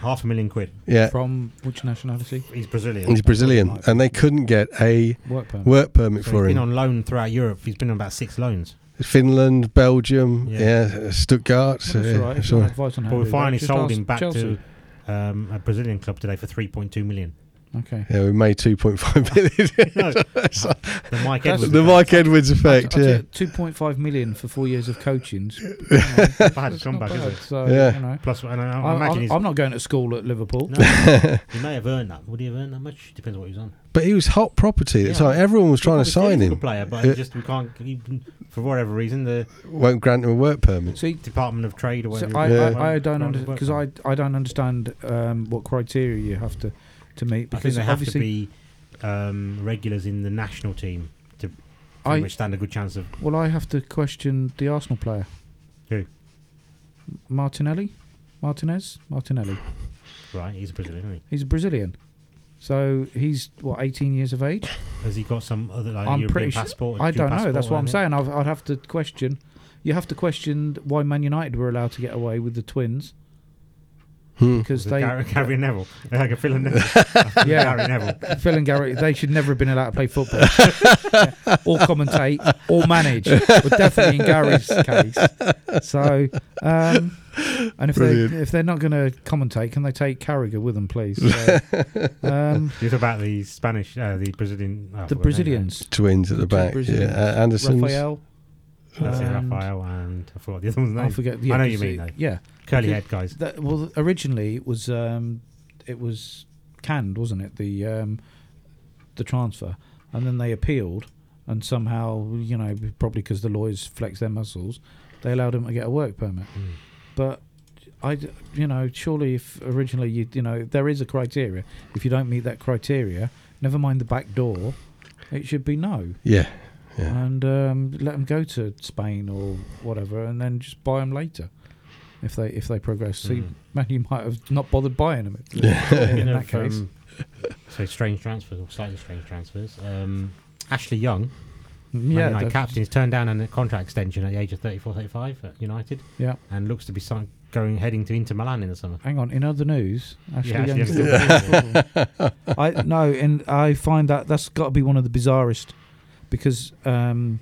S2: Half a million quid.
S8: Yeah,
S3: From which nationality?
S2: He's Brazilian.
S8: he's Brazilian, and they couldn't get a
S3: Work permit.
S8: work permit
S2: So
S8: for
S2: he's
S8: him.
S2: been on loan throughout Europe. He's been on about six loans.
S8: Finland, Belgium,
S2: Yeah.
S8: yeah, Stuttgart.
S3: Well, that's
S8: uh,
S3: all right. If you
S8: so-
S3: want advice on how
S2: But
S3: to
S2: we
S3: do that,
S2: finally
S3: just
S2: sold
S3: ask
S2: him back
S3: Chelsea.
S2: to um, a Brazilian club today for 3.2 million.
S3: Okay.
S8: Yeah, we made 2.5
S2: No.
S8: million.
S2: The Mike
S3: That's-
S2: Edwards.
S8: the Mike Edwards effect,
S3: I'll
S8: yeah.
S3: take 2.5 million for four years of coaching.
S2: bad
S3: It's not
S2: comeback,
S3: bad,
S2: isn't it?
S3: So,
S8: Yeah.
S3: you know,
S2: Plus, and I, I
S3: I,
S2: imagine
S3: am
S2: he's.
S3: I'm not going to school at Liverpool.
S2: No, he may have earned that. Would he have earned that much? Depends on what he was on.
S8: But he was hot property at the
S2: Yeah.
S8: time. Everyone was trying to
S2: He's still a
S8: sign
S2: good
S8: him.
S2: player, but
S8: Yeah.
S2: just we can't. He, for whatever reason, the
S8: Won't grant him a work permit.
S3: See,
S2: Department of Trade or
S3: so
S2: whatever.
S3: I,
S2: it is,
S8: Yeah.
S2: won't
S3: I, I don't
S2: grant
S3: understand
S2: him work
S3: because
S2: permit.
S3: I, I don't understand um, what criteria you have to, to meet
S2: I
S3: because
S2: think they have to
S3: obviously
S2: be um, regulars in the national team to pretty
S3: I
S2: much stand a good chance of.
S3: well I have to question the Arsenal player.
S2: Who?
S3: Martinelli, Martinez, Martinelli.
S2: Right, he's a Brazilian, isn't
S3: He's a Brazilian, so he's what 18 years of age.
S2: he? Has he got some other like,
S3: I'm
S2: European
S3: pretty sure.
S2: passport? or
S3: I
S2: dual
S3: don't know.
S2: passport
S3: That's what
S2: or
S3: I'm
S2: anything?
S3: saying. I've, I'd have to question. You have to question why Man United were allowed to get away with the twins
S8: Hmm.
S3: because
S2: They,
S3: they
S2: Gary, Gary Neville, like a Phil Neville, Gary
S3: yeah
S2: Neville.
S3: Phil and Gary they should never have been allowed to play football Yeah. or commentate or manage. But definitely in Gary's case. So um, and if
S8: Brilliant.
S3: they if they're not going to commentate, can they take Carragher with them, please? So, um,
S2: It's about the Spanish, uh, the Brazilian, oh,
S3: the Brazilians,
S8: Twins at the
S3: Two
S8: back.
S3: Brazilians.
S8: Yeah. Uh, Anderson's.
S3: Raphael.
S2: That's it,
S3: and-
S2: Raphael and Um, I forgot the other one's name.
S3: um, I forget. Yeah,
S2: I know what you
S3: 'cause
S2: mean
S3: it-
S2: though.
S3: Yeah.
S2: Curly head guys.
S3: That, well, originally it was um, it was canned, wasn't it? The um, the transfer, and then they appealed, and somehow you know probably because the lawyers flex their muscles, they allowed him to get a work permit. But I, d- you know, surely if originally you you know there is a criteria. If you don't meet that criteria, never mind the back door, it should be no,
S8: Yeah. Yeah.
S3: and um, let them go to Spain or whatever, and then just buy them later. If they if they progress, see,
S2: Hmm.
S3: man, you might have not bothered buying them.
S2: Speaking
S3: In that
S2: of,
S3: case,
S2: um, so strange transfers or slightly strange transfers. Um, Ashley Young, yeah,
S3: yeah,
S2: United
S3: that-
S2: captain, has turned down a contract extension at the age of 34, 35 at United,
S3: yeah.
S2: and looks to be sign- going heading to Inter Milan in the summer.
S3: Hang on. In other news, Ashley
S2: Yeah, Ashley
S3: Young's still
S2: Young's
S3: playing football. I no, and I find that that's got to be one of the bizarrest because um,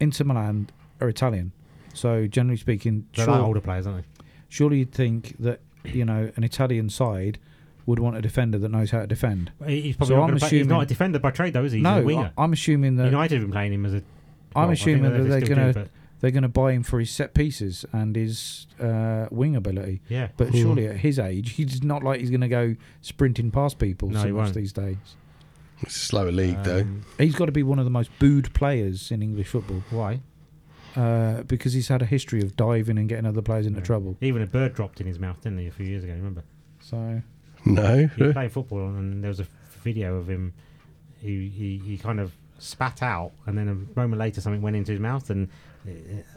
S3: Inter Milan are Italian, so generally speaking,
S2: They're
S3: sure-
S2: like older players, aren't they?
S3: surely you'd think that you know an Italian side would want a defender that knows how to defend.
S2: He- He's probably
S3: So
S2: not
S3: I'm
S2: gonna play- he's
S3: assuming-
S2: not a defender by trade though, is he? He's a
S3: no,
S2: winger.
S3: I, am assuming that
S2: United have been playing him as a. well, I
S3: I'm
S2: think
S3: assuming
S2: don't know if
S3: that they're
S2: they still
S3: going
S2: do,
S3: to
S2: but
S3: they're going to buy him for his set pieces and his uh, wing ability.
S2: Yeah.
S3: But surely at his age, he's not like he's going to go sprinting past people
S2: No,
S3: so
S2: he
S3: much
S2: won't.
S3: these days.
S4: It's a slower league, though.
S3: He's got to be one of the most booed players in English football
S2: Why?
S3: uh, because he's had a history of diving and getting other players into trouble.
S2: Even a bird dropped in his mouth, didn't he, a few years ago? Remember?
S3: So
S4: No.
S2: He was playing football, and there was a video of him. He, he he kind of spat out, and then a moment later, something went into his mouth, and uh,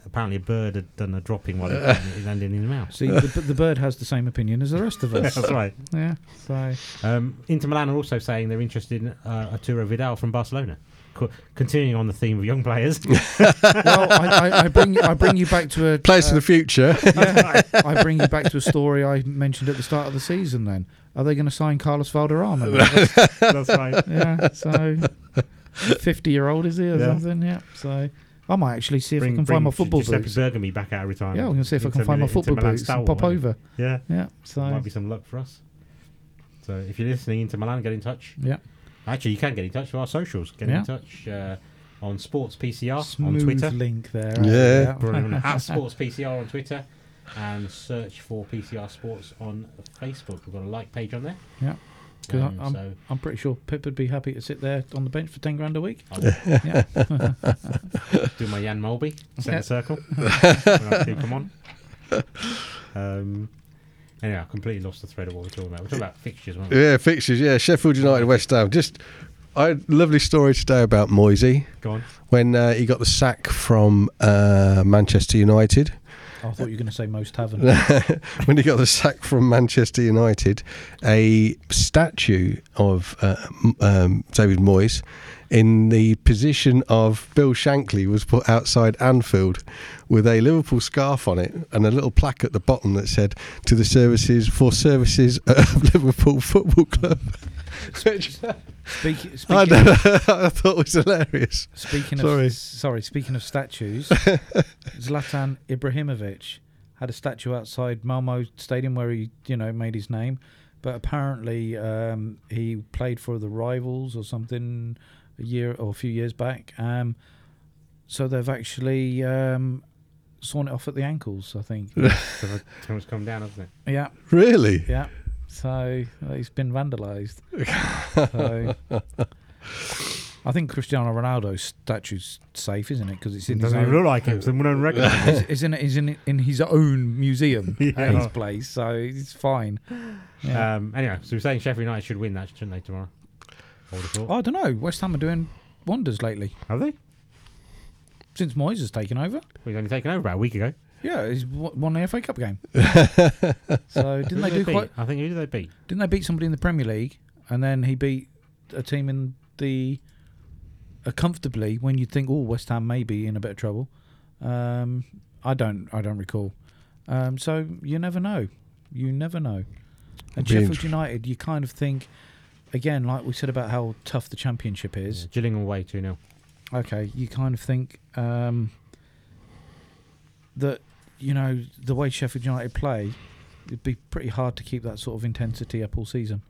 S2: apparently a bird had done a dropping while it it landed in his mouth.
S3: see, the, the bird has the same opinion as the rest of us.
S2: That's right.
S3: Yeah. So
S2: Um, Inter Milan are also saying they're interested in uh, Arturo Vidal from Barcelona. Co- continuing on the theme of young players,
S3: well, I, I, I bring I bring you back to a uh,
S4: Players for the future.
S3: yeah, I bring you back to a story I mentioned at the start of the season. Then are they going to sign Carlos Valderrama?
S2: that's right.
S3: yeah, so fifty-year-old is he or
S2: Yeah.
S3: something? Yeah, so I might actually see if I
S2: Bring,
S3: can
S2: bring
S3: find my football
S2: Giuseppe
S3: boots.
S2: Burgamy back out of retirement.
S3: Yeah, I'm going to see if I
S2: Inter
S3: can find my
S2: Mil- Inter
S3: football
S2: Milan
S3: boots and
S2: stalwart,
S3: pop
S2: wasn't he?
S3: over.
S2: Yeah,
S3: Yeah, so
S2: might be some luck for us. So if you're listening into Milan, get in touch.
S3: yeah,
S2: Actually, you can get in touch with our socials. Get
S3: Yeah.
S2: in touch uh, on Sports PCR
S3: smooth
S2: on Twitter.
S3: link there.
S4: Yeah.
S2: Brilliant. At Sports PCR on Twitter, and search for PCR Sports on Facebook. We've got a like page on there.
S3: yeah. 'Cause
S2: Um,
S3: I- I'm,
S2: so-
S3: I'm pretty sure Pip would be happy to sit there on the bench for ten grand a week.
S2: I will
S3: Yeah,
S2: do my Jan Mulby
S3: Yeah.
S2: centre circle when I do come on. Um, anyway, I completely lost the thread of what we're talking about. We're talking about fixtures, weren't we?
S4: yeah, fixtures. Yeah, Sheffield United, West Ham. Just, I had a lovely story today about Moisey
S2: Go on.
S4: when uh, he got the sack from uh, Manchester United.
S3: I thought you were going to say most tavern.
S4: when he got the sack from Manchester United, a statue of uh, m- um, David Moyes in the position of Bill Shankly was put outside Anfield with a Liverpool scarf on it and a little plaque at the bottom that said "To the services for services of Liverpool Football Club." Which
S3: Speak, speaking,
S4: I, don't know, I thought was hilarious.
S3: Speaking
S4: Sorry.
S3: of sorry, speaking of statues, Zlatan Ibrahimovic had a statue outside Malmo Stadium where he, you know, made his name, but apparently um, he played for the rivals or something a year or a few years back. Um, so they've actually um, sawn it off at the ankles, I think.
S2: So the time's come down, hasn't it?
S3: yeah,
S4: Really?
S3: yeah. So uh, he's been vandalised. so, I think Cristiano Ronaldo's statue's safe, isn't it? Because it's in his own
S2: like him, so we don't recognise
S3: is, is in is in in his own museum at
S2: Yeah.
S3: his place, so it's fine.
S2: Um, anyway, so we're saying Sheffield United should win that, shouldn't they, tomorrow? I would have thought.
S3: I don't know. West Ham are doing wonders lately
S2: Have they?
S3: since Moyes has taken over.
S2: We've only taken over about a week ago.
S3: Yeah, he's wo- won the FA Cup game. so didn't they
S2: Who
S3: do
S2: beat?
S3: quite?
S2: I think who did they beat?
S3: Didn't they beat somebody in the Premier League, and then he beat a team in the uh, comfortably when you'd think, oh, West Ham may be in a bit of trouble. Um, I don't, I don't recall. Um, so you never know, you never know. And
S4: Be
S3: Sheffield
S4: inter-
S3: United, you kind of think, again, like we said about how tough the Championship is.
S2: Gillingham away 2 0.
S3: Okay, you kind of think um, that you know the way Sheffield United play, it'd be pretty hard to keep that sort of intensity up all season.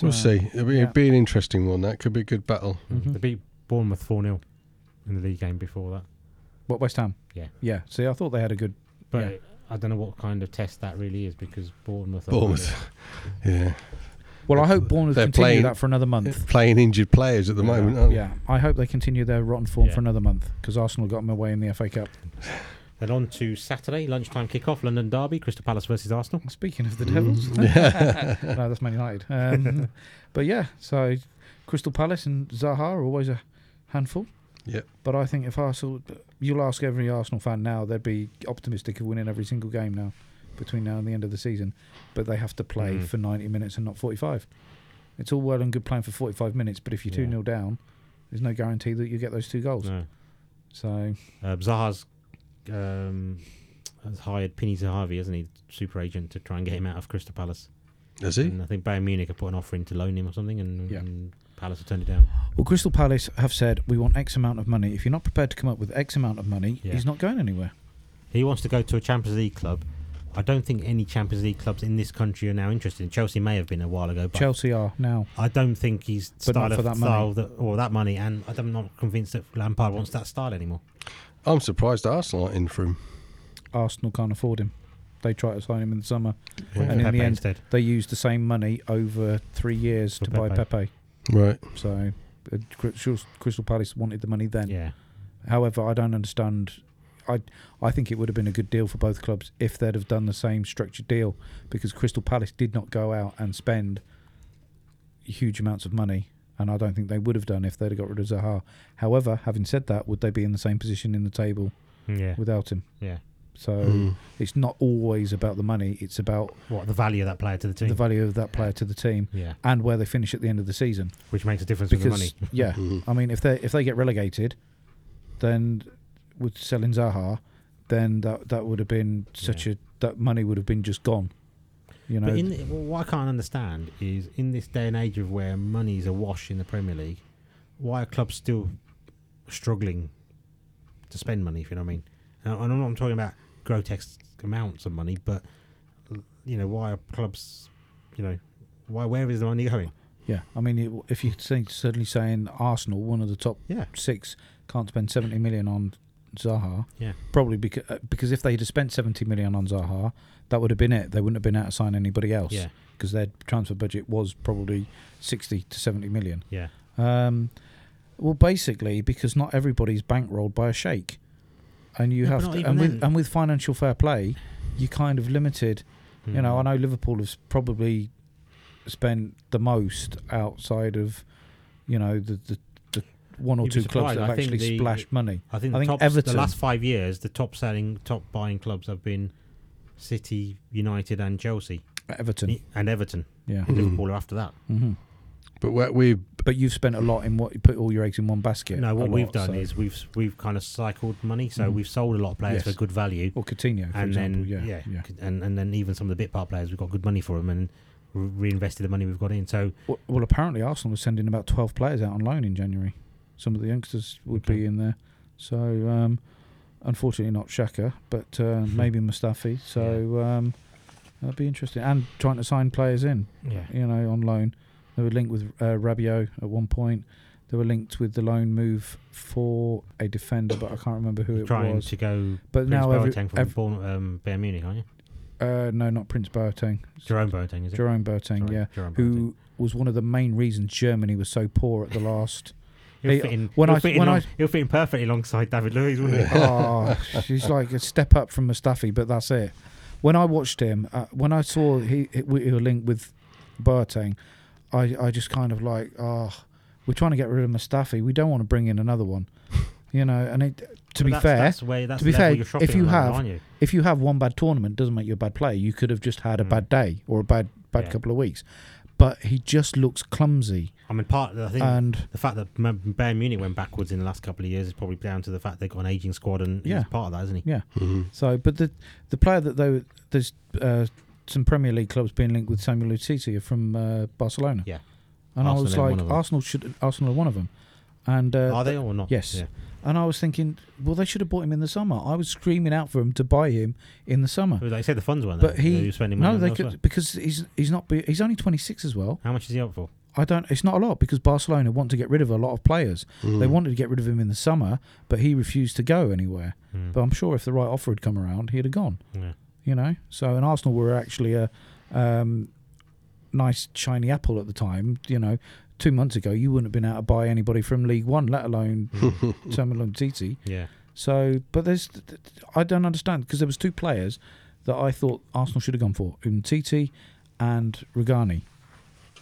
S4: We'll
S3: So,
S4: see. It'll be,
S3: uh, yeah.
S4: it'd be an interesting one. That could be a good battle.
S3: Mm-hmm.
S2: They beat Bournemouth 4 0 in the league game before that.
S3: What West Ham?
S2: Yeah.
S3: Yeah. See, I thought they had a good.
S2: But I don't know what kind of test that really is because Bournemouth are.
S4: Bournemouth. Yeah.
S3: Well, I hope Bournemouth
S4: They're
S3: continue
S4: playing-
S3: that for another month.
S4: Playing injured players at the moment, aren't they?
S3: Yeah, I hope they continue their rotten form
S2: Yeah.
S3: for another month because Arsenal got them away in the FA Cup.
S2: Then on to Saturday, lunchtime kickoff, London Derby, Crystal Palace versus Arsenal.
S3: Speaking of the
S2: Mm.
S3: Devils, no, that's Man United. Um, but yeah, so Crystal Palace and Zaha are always a handful.
S4: Yep.
S3: But I think if Arsenal, you'll ask every Arsenal fan now, they'd be optimistic of winning every single game now between now and the end of the season. But they have to play
S2: Mm.
S3: for 90 minutes and not 45. It's all well and good playing for 45 minutes, but if you're 2
S2: Yeah.
S3: 0 down, there's no guarantee that you get those two goals.
S2: No.
S3: So,
S2: Uh, Zaha's um, has hired Pini Zahavi, hasn't he? Super agent to try and get him out of Crystal Palace.
S4: Is he?
S2: And I think Bayern Munich have put an offer in to loan him or something, and,
S3: Yeah.
S2: and Palace have turned it down.
S3: well, Crystal Palace have said, we want X amount of money. If you're not prepared to come up with X amount of money,
S2: Yeah.
S3: he's not going anywhere.
S2: He wants to go to a Champions League club. I don't think any Champions League clubs in this country are now interested. Chelsea may have been a while ago, but
S3: Chelsea are now.
S2: I don't think he's
S3: But not
S2: style
S3: for
S2: of
S3: that
S2: style that, or that money. And I'm not convinced that Lampard wants that style anymore.
S4: I'm surprised Arsenal aren't in for him.
S3: Arsenal can't afford him. They try to sign him in the summer,
S2: Went for
S3: and in
S2: Pepe
S3: the end,
S2: instead.
S3: they used the same money over three years
S2: For
S3: to buy
S2: Pepe.
S3: Pepe.
S8: Right.
S3: So uh, Crystal Crystal Palace wanted the money then.
S2: Yeah.
S3: However, I don't understand. I I think it would have been a good deal for both clubs if they'd have done the same structured deal because Crystal Palace did not go out and spend huge amounts of money, and I don't think they would have done if they'd have got rid of Zaha. However, having said that, would they be in the same position in the table
S2: Yeah.
S3: without him?
S2: yeah.
S3: So it's not always about the money; it's about
S2: What the value of that player to the team,
S3: the value of that player to the team
S2: Yeah.
S3: and where they finish at the end of the season.
S2: which makes a difference with the
S3: Because
S2: money.
S3: yeah, I mean, if they if they get relegated, then with selling Zaha, then that that would have been such a that money would have been just gone. You know,
S2: But in the, what I can't understand is in this day and age of where money's awash in the Premier League, why are clubs still struggling to spend money? If you know what I mean, and I- I know I'm talking about grotesque amounts of money, but you know why are clubs, you know, why where is the money going?
S3: yeah. I mean, it, if you're saying, suddenly saying Arsenal, one of the top
S2: Yeah.
S3: six, can't spend seventy million on Zaha,
S2: Yeah,
S3: probably because because if they'd have spent seventy million on Zaha, that would have been it. They wouldn't have been out to sign anybody else.
S2: Yeah.
S3: Because their transfer budget was probably sixty to seventy million.
S2: yeah,
S3: Um, well, basically, because not everybody's bankrolled by a shake, and you
S2: Yeah,
S3: have
S2: but not
S3: to,
S2: even
S3: and with
S2: then.
S3: and with financial fair play, you kind of limited.
S2: Hmm.
S3: You
S2: Mm.
S3: know, I know Liverpool has probably spent the most outside of, you know, the the, the one or
S2: You'd be
S3: two clubs
S2: surprised.
S3: that
S2: I
S3: have
S2: think
S3: actually
S2: the-
S3: splashed money.
S2: I think,
S3: I
S2: the,
S3: think
S2: tops,
S3: Everton.
S2: the last five years, the top selling, top buying clubs have been City, United, and Chelsea,
S3: Everton, Mm-hmm.
S2: and Everton.
S3: yeah. Mm-hmm.
S2: And Liverpool are after that.
S8: But what we
S3: But you've spent a lot in what you put all your eggs in one basket.
S2: No,
S3: a
S2: what
S3: lot,
S2: we've done
S3: so- Mm-hmm.
S2: is we've we've kind of cycled money, so we've sold a lot of players
S3: Yes.
S2: for good value,
S3: or Coutinho, for
S2: and
S3: example.
S2: then
S3: yeah, yeah,
S2: c- and and then even some of the bit part players, we've got good money for them, and re- reinvested the money we've got in. So
S3: Well, well, apparently Arsenal was sending about twelve players out on loan in January. Some of the youngsters would be in there, so um, unfortunately not Shaka, but uh, maybe Mustafi. So um, that'd be interesting. And trying to sign players in,
S2: yeah,
S3: you know, on loan. They were linked with uh, Rabiot at one point. They were linked with the loan move for a defender, but I can't remember who it
S2: trying
S3: was.
S2: to go.
S3: But
S2: Prince
S3: now every-
S2: Boateng from
S3: ev-
S2: Bourne- um, Bayern Munich, aren't you?
S3: Uh, no, not Prince Boateng.
S2: Jerome Boateng, is it?
S3: Jerome Boateng,
S2: Jerome-
S3: yeah,
S2: Jerome
S3: who was one of the main reasons Germany was so poor at the last.
S2: He'll
S3: Hey,
S2: fit in,
S3: when
S2: he'll
S3: I-
S2: fit in
S3: when I-
S2: along- he'll fit in perfectly alongside David Luiz, wouldn't he?
S3: oh, he's like a step up from Mustafi, but that's it. When I watched him, uh, when I saw he, he we were linked with Boateng, I, I just kind of like, oh, we're trying to get rid of Mustafi. We don't want to bring in another one, you know. And it, to
S2: But
S3: be
S2: that's-
S3: fair,
S2: that's where- that's
S3: to be
S2: the level
S3: fair,
S2: you're shopping
S3: if you
S2: around,
S3: have
S2: aren't you?
S3: if you have one bad tournament, doesn't make you a bad player. You could have just had a bad day or a bad bad
S2: Hmm. Yeah.
S3: couple of weeks, but he just looks clumsy.
S2: I mean, part I think
S3: And-
S2: the fact that M- Bayern Munich went backwards in the last couple of years is probably down to the fact they've got an aging squad, and
S3: Yeah.
S2: he's part of that, isn't he?
S3: Yeah. So, but the the player that though there's uh, some Premier League clubs being linked with Samuel Lutiti from uh, Barcelona.
S2: Yeah.
S3: And
S2: Arsenal are
S3: I
S2: one
S3: was
S2: of
S3: like,
S2: them.
S3: Arsenal should Arsenal are one of them. And uh,
S2: Are they
S3: th-
S2: or not?
S3: Yes.
S2: Yeah.
S3: And I was thinking, well, they should have bought him in the summer. I was screaming out for him to buy him in the summer.
S2: Like you said, the funds weren't there.
S3: But he,
S2: They were spending money
S3: no,
S2: on
S3: they
S2: those
S3: could
S2: as well.
S3: because he's he's not be, he's only 26 as well.
S2: How much is he up for?
S3: I don't. It's not a lot because Barcelona want to get rid of a lot of players.
S2: Hmm.
S3: They wanted to get rid of him in the summer, but he refused to go anywhere. But I'm sure if the right offer had come around, he'd have gone.
S2: Hmm. Yeah.
S3: You know. So and Arsenal were actually a um, nice shiny apple at the time. You know, two months ago you wouldn't have been able to buy anybody from League One, let alone
S2: Hmm.
S3: Terminal Titi.
S2: Yeah.
S3: So, but there's, th- th- I don't understand because there was two players that I thought Arsenal should have gone for: Umtiti and Regani,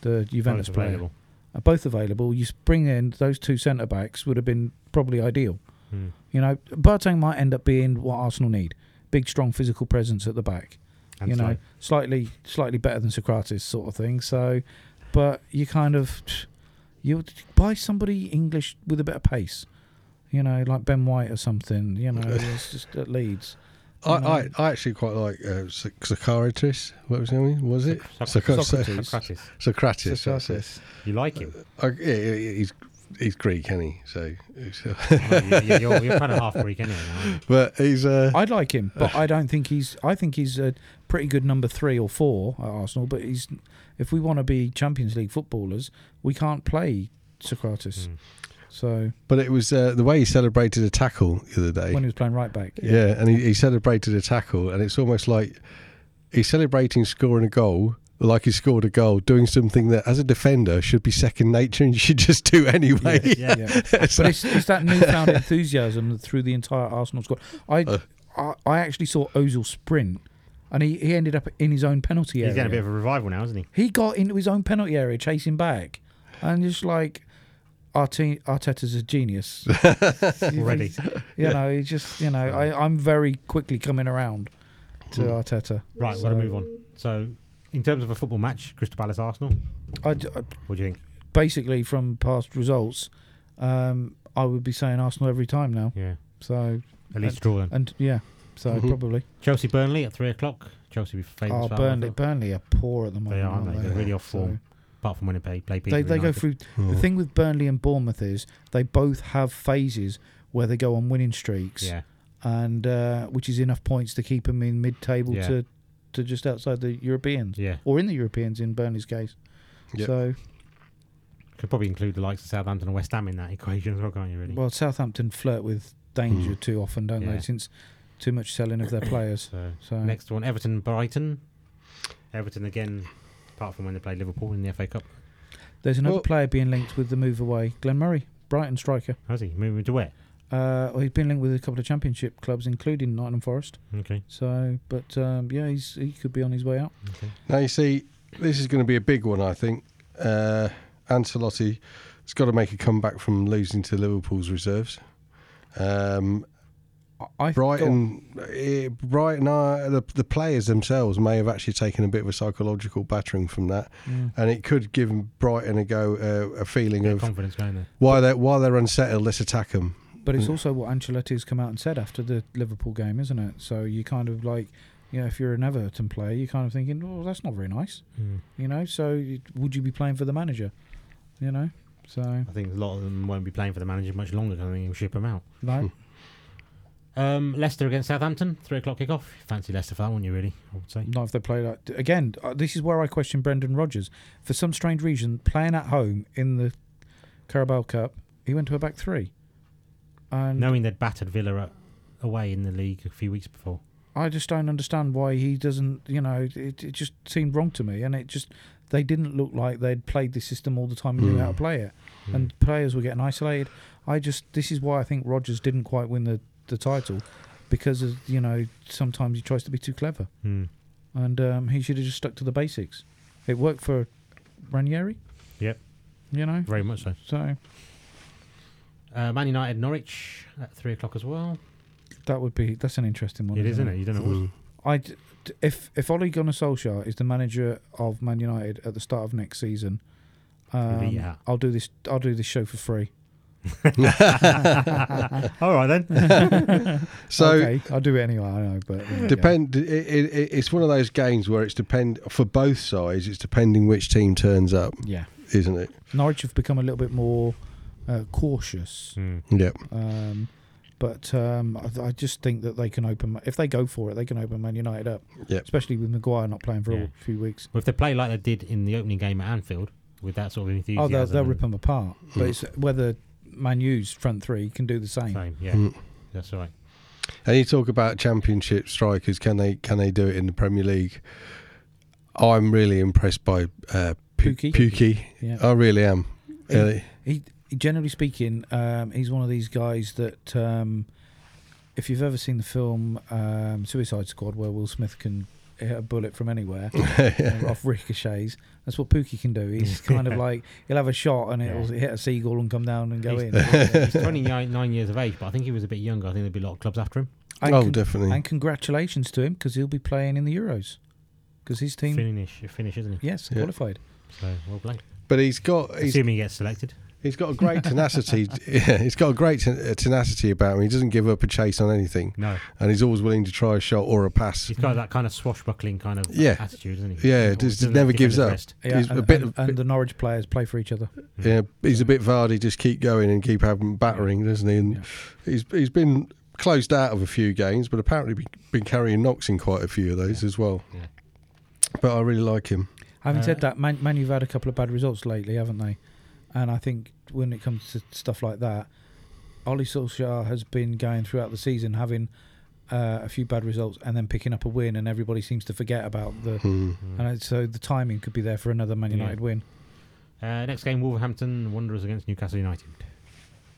S3: the Juventus player.
S2: available.
S3: Are both available. You s- bring in those two centre backs would have been probably ideal. You know, Boateng might end up being what Arsenal need: big, strong, physical presence at the back.
S2: And
S3: you know,
S2: slight.
S3: slightly, slightly better than Socrates, sort of thing. So, but you kind of you buy somebody English with a bit of pace you know, like Ben White or something, you know, it's just at Leeds.
S8: I, I, I actually quite like uh, Soc- Socrates. What was his name? Was it
S3: Uh,
S2: Soc-
S8: Soc-
S2: Socrates.
S8: Socrates. that's it.
S2: You like him?
S8: I, yeah, yeah, he's he's Greek, isn't he? So,
S2: you, you- you're, you're kind of half Greek anyway. Now,
S8: but he's uh,
S3: I'd like him, but I don't think he's. I think he's a pretty good number three or four at Arsenal. But he's, if we want to be Champions League footballers, we can't play Socrates. So
S8: but it was uh, the way he celebrated a tackle the other day.
S3: when he was playing right back,
S8: Yeah, and he, he celebrated a tackle, and it's almost like he's celebrating scoring a goal,
S4: like he scored a goal, doing something that as a defender should be second nature and you should just do anyway.
S2: Yeah, yeah.
S4: So-
S3: But it's, it's that newfound enthusiasm through the entire Arsenal squad. I I, I actually saw Ozil sprint, and he, he ended up in his own penalty area.
S2: He's getting a bit of a revival now, isn't he?
S3: He got into his own penalty area chasing back, and just like Arte- Arteta's a genius.
S2: Already.
S3: You know, he just you know I, I'm very quickly coming around to Arteta.
S2: Right, we're
S3: So,
S2: going to move on. So, in terms of a football match, Crystal Palace Arsenal,
S3: I d- I-
S2: what do you think?
S3: basically from past results, um, I would be saying Arsenal every time now.
S2: Yeah.
S3: So
S2: At least draw then.
S3: and yeah, so probably.
S2: Chelsea Burnley at three o'clock. Chelsea will be famous.
S3: Oh,
S2: for that, I
S3: Burnley,
S2: thought.
S3: Burnley are poor at the moment.
S2: They are, aren't they? They're really off
S3: So-
S2: form. Apart from when they play, play
S3: They,
S2: Peterborough
S3: they go
S2: United.
S3: through.
S4: Mm-hmm.
S2: Mm.
S3: The thing with Burnley and Bournemouth is they both have phases where they go on winning streaks,
S2: Yeah.
S3: and uh, which is enough points to keep them in mid-table
S2: Yeah.
S3: to to just outside the Europeans,
S2: Yeah.
S3: or in the Europeans in Burnley's case.
S4: Yep.
S3: So,
S2: Could probably include the likes of Southampton and West Ham in that equation as well, can't you, really?
S3: well, Southampton flirt with danger too often, don't
S2: Hmm. Yeah.
S3: they? Since too much selling of their players.
S2: so,
S3: So
S2: next one, Everton Brighton. Everton again, apart from when they play Liverpool in the FA Cup.
S3: there's another
S4: Well-
S3: player being linked with the move away, Glenn Murray, Brighton striker.
S2: Has he? Moving to where?
S3: Uh, well, he's been linked with a couple of Championship clubs, including Nottingham Forest.
S2: Okay.
S3: So, but um, yeah, he's he could be on his way out.
S4: Now you see, this is going to be a big one, I think. Uh, Ancelotti has got to make a comeback from losing to Liverpool's reserves. Um,
S3: I
S4: Brighton, eh, Brighton are the, the players themselves may have actually taken a bit of a psychological battering from that, and it could give Brighton a go, uh, a feeling
S2: Bit of
S4: of
S2: confidence going there.
S4: why they're why they're unsettled. Let's attack them.
S3: But it's also what Ancelotti's come out and said after the Liverpool game, isn't it? So you kind of like, you know, if you're an Everton player, you're kind of thinking, oh, that's not very nice,
S2: Hmm.
S3: you know. So you- would you be playing for the manager, you know? So
S2: I think a lot of them won't be playing for the manager much longer. 'cause I think he'll ship them out.
S3: no,
S2: Um, Leicester against Southampton, three o'clock kickoff. Fancy Leicester for that one, you really? I would say.
S3: not if they play like again. uh, This is where I question Brendan Rodgers for some strange reason playing at home in the Carabao Cup. He went to a back three, and
S2: Knowing they'd battered Villa at, away in the league a few weeks before.
S3: I just don't understand why he doesn't. You know, it, it just seemed wrong to me, and it just they didn't look like they'd played this system all the time and knew
S2: Hmm.
S3: how to play it, and players were getting isolated. I just this is why I think Rogers didn't quite win the the title because of you know sometimes he tries to be too clever,
S2: Hmm.
S3: and um, he should have just stuck to the basics. It worked for Ranieri,
S2: Yep,
S3: you know.
S2: very much so.
S3: So
S2: Uh, Man United Norwich at three o'clock as well.
S3: that would be that's an interesting one.
S2: It is, isn't it? You don't know. what's-
S3: I d- d- if if Ole Gunnar Solskjaer is the manager of Man United at the start of next season, um,
S2: Yeah.
S3: I'll do this. I'll do this show for free.
S2: All right then.
S4: So.
S3: okay, I'll do it anyway. I know, but yeah.
S4: Depend. It, it, it- it's one of those games where it's depend for both sides. It's depending which team turns up,
S3: Yeah,
S4: isn't it?
S3: Norwich have become a little bit more uh, cautious,
S2: Hmm.
S4: Yep.
S3: um, but um, I, I just think that they can open if they go for it, they can open Man United up.
S4: Yep.
S3: especially with Maguire not playing for
S2: Yeah.
S3: a few weeks.
S2: Well, if they play like they did in the opening game at Anfield with that sort of enthusiasm,
S3: Oh, they'll, they'll
S2: and-
S3: rip them apart.
S4: Mm.
S3: But it's whether Man U's front three can do the same.
S2: Same, yeah,
S4: Hmm.
S2: that's right.
S4: Mm. And you talk about championship strikers. Can they can they do it in the Premier League? I'm really impressed by uh, Pu-
S3: Pukki.
S4: Pukki.
S3: Yeah.
S4: I really am. Really.
S3: He, he- generally speaking, um, he's one of these guys that, um, if you've ever seen the film um, Suicide Squad, where Will Smith can hit a bullet from anywhere uh, off ricochets, that's what Pookie can do. He's kind of like he'll have a shot and it'll hit a seagull and come down and go
S2: He's-
S3: in.
S2: He's 29 years of age, but I think he was a bit younger. I think there'd be a lot of clubs after him.
S3: And
S4: Oh, definitely.
S3: And congratulations to him because he'll be playing in the Euros because his team,
S2: Finish, finish, isn't he?
S3: yes,
S4: Yeah.
S3: qualified.
S2: So well played.
S4: But he's got he's,
S2: Assuming he gets selected.
S4: he's got a great tenacity. yeah, he's got a great ten- uh, tenacity about him. He doesn't give up a chase on anything.
S2: No.
S4: And he's always willing to try a shot or a pass.
S2: He's got that kind of swashbuckling kind of
S4: Yeah.
S2: attitude, isn't he?
S4: Yeah,
S2: Or
S4: just
S2: doesn't
S4: never
S2: let
S4: gives up.
S2: defenders
S3: Yeah,
S4: He's
S3: and,
S4: a bit,
S3: and, and the Norwich players play for each other.
S2: Hmm.
S4: yeah, he's a bit Vardy. Just keep going and keep having battering, doesn't he? And he's he's been closed out of a few games, but apparently be, been carrying knocks in quite a few of those as well.
S2: Yeah.
S4: But I really like him.
S3: Having said
S2: Uh,
S3: that, Man, Man, you've had a couple of bad results lately, haven't they? And I think when it comes to stuff like that, Ollie Solskjaer has been going throughout the season having uh, a few bad results and then picking up a win, and everybody seems to forget about the.
S4: Hmm.
S3: And it- so the timing could be there for another Man
S2: Hmm. Yeah.
S3: United win.
S2: Uh, next game, Wolverhampton Wanderers against Newcastle United.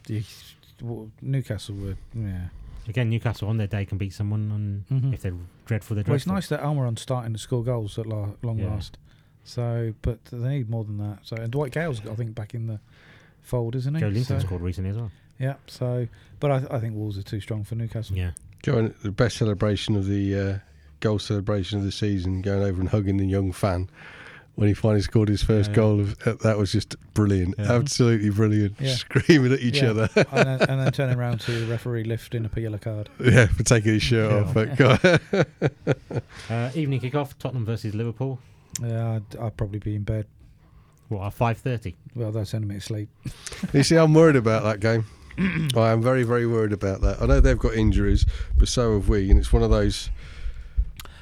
S3: Yes. Well, Newcastle were, yeah.
S2: Again, Newcastle on their day can beat someone, and
S3: Mhm.
S2: if they're dreadful, they're
S3: Well, it's
S2: dreadful.
S3: nice that Almiron's starting to score goals at la- long
S2: Yeah.
S3: last. So, but they need more than that. So, and Dwight Gale's got, I think, back in the fold, isn't he?
S2: Joe Linton
S3: So-
S2: scored recently as well.
S3: Yeah. So, but I, I think Wolves are too strong for Newcastle.
S2: Yeah,
S4: Join the best celebration of the uh, goal celebration of the season, going over and hugging the young fan when he finally scored his first
S2: Yeah.
S4: goal. Of, uh, that was just brilliant,
S2: Yeah.
S4: absolutely brilliant.
S3: Yeah.
S4: Screaming at each
S3: Yeah.
S4: other,
S3: and, then, and then turning around to the referee lifting up a yellow card.
S4: yeah, for taking his shirt
S2: Yeah.
S4: off. But God.
S2: uh, evening kickoff: Tottenham versus Liverpool.
S3: Yeah, I'd, I'd probably be in bed.
S2: What at five thirty?
S3: Well, that's sending me to sleep.
S4: you see, I'm worried about that game. I am very, very worried about that. I know they've got injuries, but so have we, and it's one of those.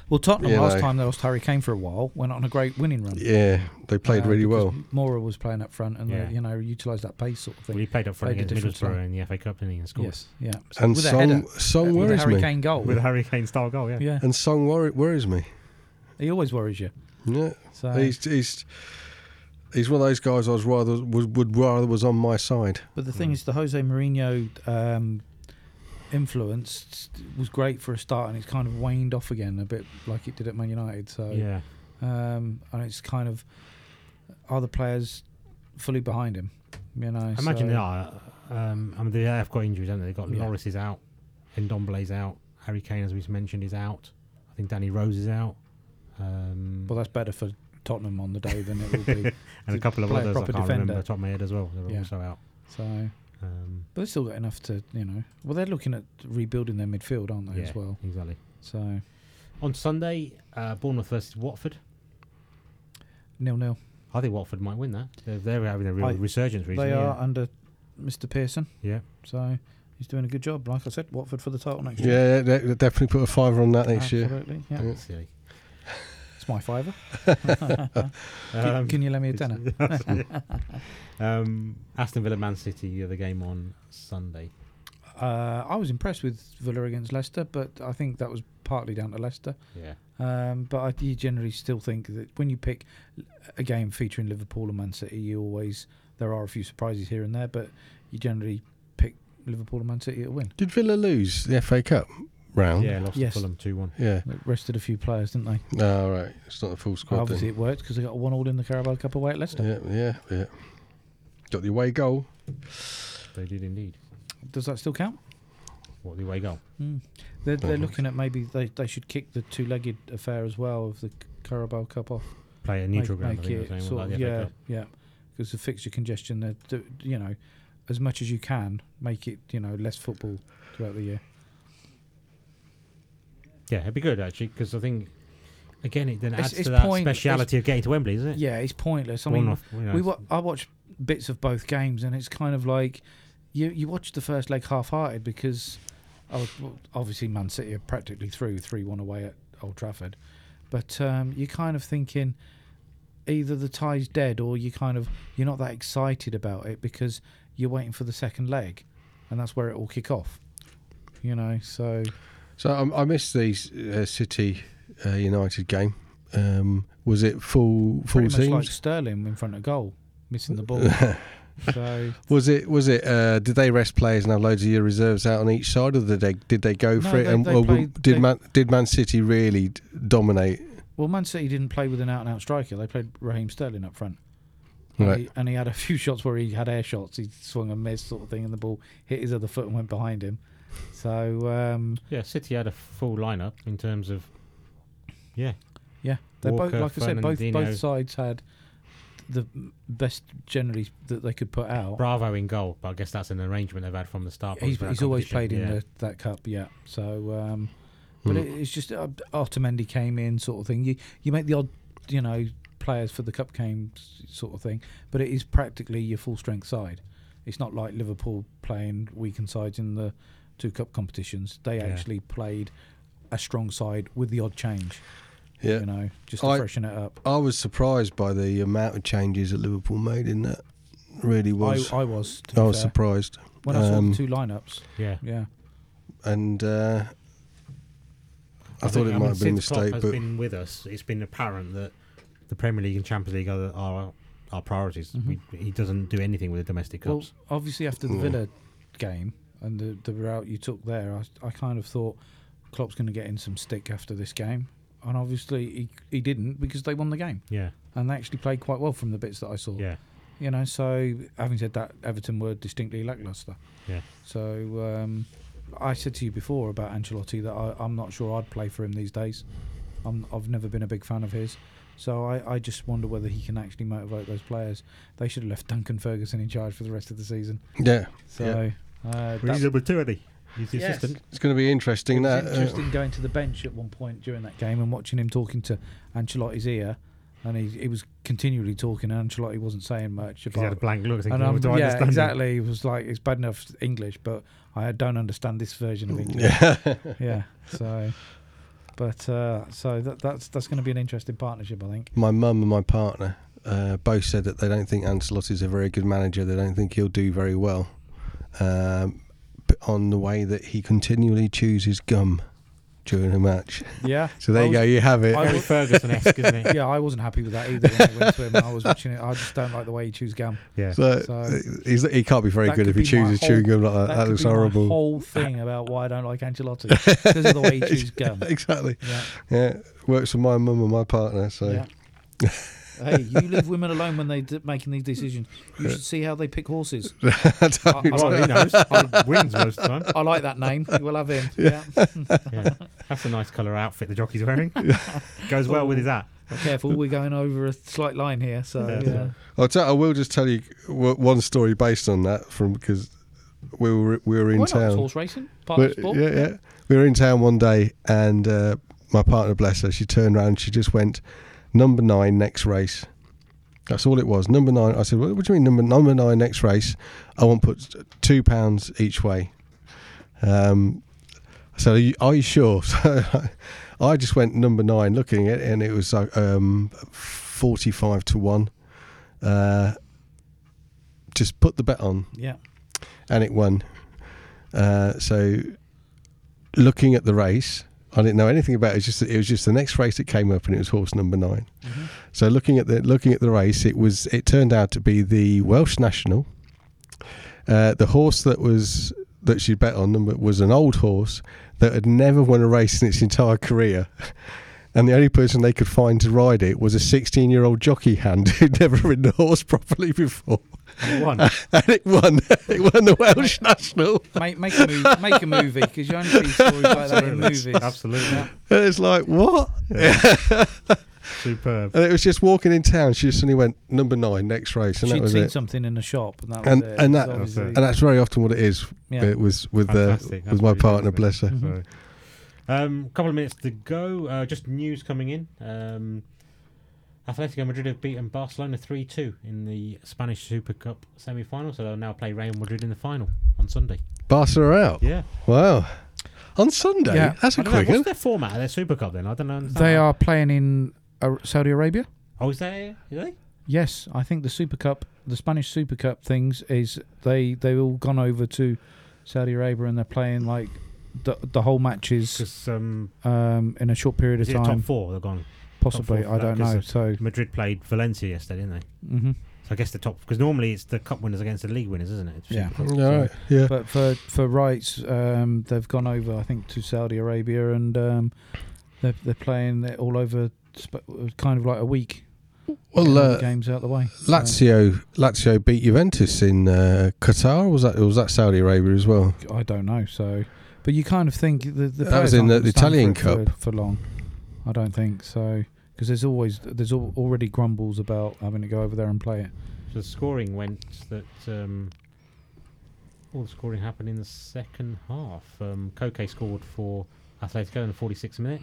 S3: Well, Tottenham
S4: You
S3: last
S4: know.
S3: time they lost Harry Kane for a while went on a great winning run.
S4: Yeah, they played
S3: Uh,
S4: really
S3: because
S4: well.
S3: Mora was playing up front, and
S2: Yeah.
S3: they, you know utilised that pace sort of thing.
S2: Well, he played up front
S3: Played a
S2: against
S3: different
S2: Middlesbrough
S3: style.
S2: in the FA Cup, didn't he? And scored
S3: Yes, yeah. So
S4: And
S3: with a
S4: Song,
S3: header, uh,
S4: Song
S3: with a
S4: worries
S3: Harry
S4: me.
S3: Kane goal.
S2: with a Harry Kane style goal. Yeah,
S3: yeah,
S4: And Song worri- worries me.
S3: he always worries you.
S4: Yeah.
S3: So
S4: He's he's he's one of those guys I was rather was, would rather was on my side.
S3: But the
S2: Hmm.
S3: thing is, the Jose Mourinho um, influence was great for a start, and it's kind of waned off again a bit, like it did at Man United. So,
S2: yeah.
S3: um, and it's kind of are the players fully behind him? You know,
S2: I imagine
S3: so-
S2: they are. Um, I mean, they have got injuries, haven't they? They've got
S3: Yeah.
S2: Loris is out, Ndombele's out, Harry Kane, as we mentioned, is out. I think Danny Rose is out. Um,
S3: Well, that's better for Tottenham on the day than it will be.
S2: and a
S3: to
S2: couple of
S3: play a
S2: others I can't
S3: proper
S2: remember
S3: defender.
S2: off the top of my head as well. They were
S3: Yeah.
S2: also out.
S3: so,
S2: Um,
S3: but they've still got enough to, you know. Well, they're looking at rebuilding their midfield, aren't they?
S2: yeah,
S3: As well.
S2: exactly.
S3: So
S2: On Sunday, uh, Bournemouth versus Watford.
S3: nil nil.
S2: I think Watford might win that. They're, they're having a real
S3: I-
S2: resurgence recently.
S3: They
S2: yeah.
S3: are uh, under Mr. Pearson,
S2: Yeah.
S3: so he's doing a good job. Like I said, Watford for the title next year.
S4: Yeah, they, they definitely put a fiver on that next year.
S3: Absolutely. Yeah.
S4: Yeah.
S2: Silly.
S3: It's my fiver. Um,
S2: Um,
S3: can, can you lend me a tenner?
S2: um, Aston Villa, Man City, the other game on Sunday.
S3: Uh, I was impressed with Villa against Leicester, but I think that was partly down to Leicester.
S2: Yeah.
S3: Um, but I you generally still think that when you pick a game featuring Liverpool and Man City, you always there are a few surprises here and there, but you generally pick Liverpool and Man City to win.
S4: Did Villa lose the FA Cup round?
S2: Yeah, lost
S3: Oh. Yes.
S2: to Fulham 2 1.
S4: Yeah.
S3: They rested a few players, didn't they?
S4: Oh, right. It's not the full squad.
S3: Obviously, it worked because they got a one all in the Carabao Cup away at Leicester.
S4: then. Yeah, yeah, yeah. Got the away goal.
S2: They did indeed.
S3: Does that still count?
S2: What the away goal?
S3: Mm. They're, they're looking at maybe they, they should kick the two legged affair as well of the Carabao Cup off.
S2: Play at neutral ground. I think they were saying,
S3: sort
S2: like the
S3: of-
S2: FA
S3: yeah,
S2: Cup.
S3: yeah. Because the fixture congestion, they're do, you know, as much as you can, make it you know less football throughout the year.
S2: Yeah, it'd be good actually because I think again it then
S3: It's-
S2: adds
S3: it's
S2: to that
S3: point-
S2: speciality of getting to Wembley, isn't it?
S3: Yeah, it's pointless. I
S2: One
S3: mean,
S2: off, you know,
S3: we
S2: it's-
S3: wa- I watch bits of both games, and it's kind of like you you watch the first leg half-hearted because I was- well, obviously Man City are practically through three-one away at Old Trafford, but um, you're kind of thinking either the tie's dead or you kind of you're not that excited about it because you're waiting for the second leg, and that's where it all kick off. You know, so
S4: So I, I missed the uh, City uh, United game. Um, was it full full
S3: pretty
S4: teams?
S3: much like Sterling in front of goal, missing the ball. so
S4: was it was it? Uh, did they rest players and have loads of your reserves out on each side, or did they did they go
S3: No,
S4: for it?
S3: they-
S4: and
S3: they
S4: well,
S3: played-
S4: did
S3: they-
S4: Man did Man City really d- dominate?
S3: Well, Man City didn't play with an out and out striker. They played Raheem Sterling up front. And,
S4: Right.
S3: he, and he had a few shots where he had air shots. He swung and missed, sort of thing, and the ball hit his other foot and went behind him. So, um,
S2: Yeah, City had a full lineup in terms of yeah,
S3: yeah, they both,
S2: Walker,
S3: like I said, both
S2: Fernandinho.
S3: both sides had the best generally that they could put out.
S2: Bravo in goal, but I guess that's an arrangement they've had from the start.
S3: He's,
S2: for that
S3: he's always played
S2: competition,
S3: in
S2: yeah.
S3: the, that cup, yeah. So, um, but
S4: Hmm.
S3: it, it's just uh, Otamendi came in, sort of thing. You you make the odd, you know, players for the cup games, sort of thing. But it is practically your full strength side. It's not like Liverpool playing weakened sides in the two cup competitions. They actually played a strong side with the odd change.
S4: Yeah.
S3: You know, just to
S4: I-
S3: freshen it up.
S4: I was surprised by the amount of changes that Liverpool made in that. Really was.
S3: I, I was. To
S4: I,
S3: be
S4: was um,
S3: fair.
S4: surprised.
S3: when I saw
S4: um,
S3: the two lineups.
S2: yeah.
S3: Yeah.
S4: And uh, I thought
S2: think-
S4: it
S2: mean,
S4: might have been a
S2: since Klopp
S4: mistake,
S2: has
S4: but
S2: been with us. It's been apparent that the Premier League and Champions League are are our priorities. We, he doesn't do anything with the domestic
S3: Mm-hmm. Well,
S2: cups.
S3: obviously after the Villa game and the, the route you took there, I, I kind of thought Klopp's going to get in some stick after this game, and obviously he he didn't because they won the game
S2: yeah,
S3: and they actually played quite well from the bits that I saw.
S2: yeah,
S3: You know, so having said that, Everton were distinctly lacklustre.
S2: yeah.
S3: So um, I said to you before about Ancelotti that I, I'm not sure I'd play for him these days. I'm, I've never been a big fan of his. So I, I just wonder whether he can actually motivate those players. They should have left Duncan Ferguson in charge for the rest of the season.
S4: yeah,
S3: So uh,
S2: He's
S3: that,
S2: number two, isn't he? He's the
S3: Yes.
S2: assistant.
S4: it's going to be interesting.
S3: it
S4: That
S3: was
S4: uh,
S3: interesting going to the bench at one point during that game and watching him talking to Ancelotti's ear. And he, he was continually talking, and Ancelotti wasn't saying much.
S2: He's
S3: About
S2: had a blank look. Thinking,
S3: and
S2: oh,
S3: I'm,
S2: do I
S3: yeah,
S2: understand him?"
S3: exactly. It was like it's bad enough English, but I don't understand this version of English. yeah. So, but uh, so that, that's that's going to be an interesting partnership, I think.
S4: my mum and my partner uh, both said that they don't think Ancelotti's a very good manager. They don't think he'll do very well um, b- on the way that he continually chews his gum during a match.
S3: Yeah.
S4: So there
S3: I
S4: you
S3: was-
S4: go, you have it.
S3: I
S2: Very
S3: was-
S2: Ferguson-esque, isn't it?
S3: yeah, I wasn't happy with that either when I went to him. and I was watching it. I just don't like the way he chews gum.
S2: Yeah.
S4: so
S3: So-
S4: he's, he can't be very
S3: That
S4: good if
S3: could
S4: he
S3: be my
S4: chooses
S3: whole-
S4: chewing gum like that. That,
S3: could
S4: looks
S3: be my
S4: horrible.
S3: whole thing about why I don't like Ancelotti because of the way he chews gum.
S4: exactly.
S3: Yeah.
S4: Yeah, works for my mum and my partner. So
S3: yeah. hey, you leave women alone when they're d- making these decisions. You should see how they pick horses.
S4: I don't-
S3: I, I
S2: Oh, Well, he
S3: like,
S2: knows. He wins most of the time.
S3: I like that name. We'll have him. Yeah.
S2: Yeah. That's a nice colour outfit the jockey's wearing. Goes well with his hat.
S3: Careful, we're going over a slight line here. So
S2: Yeah.
S3: yeah.
S4: I'll tell, I will just tell you w- one story based on that from because we were we were in
S3: Why not? It's
S4: town.
S3: Horse racing, part
S4: We-
S3: of sport.
S4: Yeah, yeah. We were in town one day, and uh, my partner, bless her, she turned around. She just went number nine next race. That's all it was. Number nine. I said, "What, what do you mean number number nine next race? I want to put two pounds each way." Um, I said, "Are you, are you sure?" So I just went number nine, looking at it, and it was like, um, forty-five to one. Uh, just put the bet on
S3: Yeah.
S4: and it won. Uh, so, looking at the race, I didn't know anything about it. It was just it was just the next race that came up, and it was horse number 9 So, looking at the looking at the race, it was it turned out to be the Welsh National. Uh, the horse that was that she bet on number was an old horse that had never won a race in its entire career. And the only person they could find to ride it was a 16 year old jockey hand who'd never ridden a horse properly before.
S2: And it won.
S4: and it won. it won the Welsh National.
S3: Make, make a movie. Make a movie because you only see stories like that in movies.
S2: Absolutely.
S4: And it's like, what?
S2: Superb.
S4: And it was just walking in town. She just suddenly went, number nine, next race. And that
S3: She'd
S4: was
S3: seen
S4: it.
S3: something in a shop, and that was
S4: And-
S3: it.
S4: and
S3: It was
S4: that-
S3: obviously-
S4: And that's very often what it is.
S3: Yeah.
S4: It was with uh, the,
S2: Fantastic. That's
S4: with my
S2: really
S4: partner,
S2: good.
S4: bless her.
S2: So, um, couple of minutes to go. Uh, just news coming in. Um, Atletico Madrid have beaten Barcelona 3 2 in the Spanish Super Cup semi final, so they'll now play Real Madrid in the final on Sunday.
S4: Barca are out.
S2: Yeah.
S4: Wow. On Sunday?
S3: Yeah.
S4: That's a
S2: I don't know,
S4: quick one.
S2: what's their format of their Super Cup then? I don't know.
S3: they are playing in uh, Saudi Arabia.
S2: Oh, is that? Are they?
S3: Yes, I think the Super Cup, the Spanish Super Cup things is they they all gone over to Saudi Arabia and they're playing like the the whole matches
S2: Because um,
S3: um, in a short period of
S2: is it top
S3: time,
S2: four? They're gone.
S3: possibly.
S2: four for
S3: I
S2: that,
S3: don't
S2: 'cause
S3: know.
S2: of-
S3: So
S2: Madrid played Valencia yesterday, didn't they?
S3: hmm
S2: So I guess the top because normally it's the cup winners against the league winners, isn't it?
S3: Yeah.
S4: All right. Yeah.
S3: But for for rights, um, they've gone over, I think, to Saudi Arabia, and um, they're they're playing it all over, sp- kind of like a week.
S4: Well,
S3: getting all the
S4: uh,
S3: games out the way. So-
S4: Lazio Lazio beat Juventus in uh, Qatar. Or was that or was that Saudi Arabia as well?
S3: I don't know. So, but you kind of think the, the
S4: That
S3: players
S4: was in
S3: aren't
S4: the-
S3: gonna
S4: the
S3: stand
S4: Italian
S3: for it for, for long. I don't think so because there's always there's al- already grumbles about having to go over there and play it.
S2: The scoring went that um, all the scoring happened in the second half. Um, Koke scored for Atletico in the 46th minute.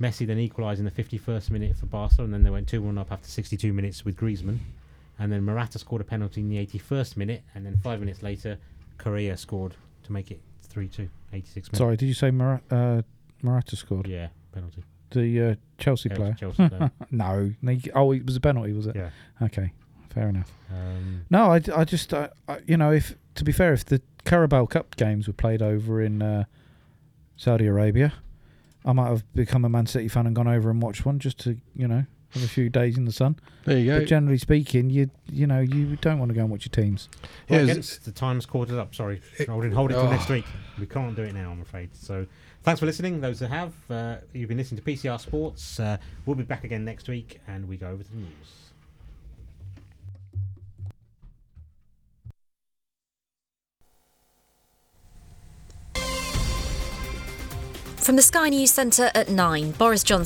S2: Messi then equalised in the 51st minute for Barcelona, and then they went 2 1 up after 62 minutes with Griezmann. And then Morata scored a penalty in the 81st minute, and then five minutes later, Correa scored to make it 3 2, 86 minutes.
S3: Sorry, did you say Mara, uh, Morata scored
S2: Yeah, penalty.
S3: the uh, Chelsea
S2: Yeah, it was
S3: player?
S2: Chelsea player.
S3: No, no, you- oh, it was a penalty, was it?
S2: yeah.
S3: Okay, fair enough.
S2: Um,
S3: No, I, I just I, I, you know if to be fair, if the Carabao Cup games were played over in uh, Saudi Arabia, I might have become a Man City fan and gone over and watched one just to, you know, have a few days in the sun.
S8: There you go.
S3: But generally speaking, you you know you don't want to go and watch your teams.
S8: Yeah,
S2: Right,
S8: it's-
S2: gents, the time's quartered up. Sorry, I wouldn't hold it till next week. We can't do it now, I'm afraid. So, thanks for listening. Those that have, uh, you've been listening to PCR Sports. Uh, we'll be back again next week, and we go over to the news.
S10: From the Sky News Centre at 9, Boris Johnson.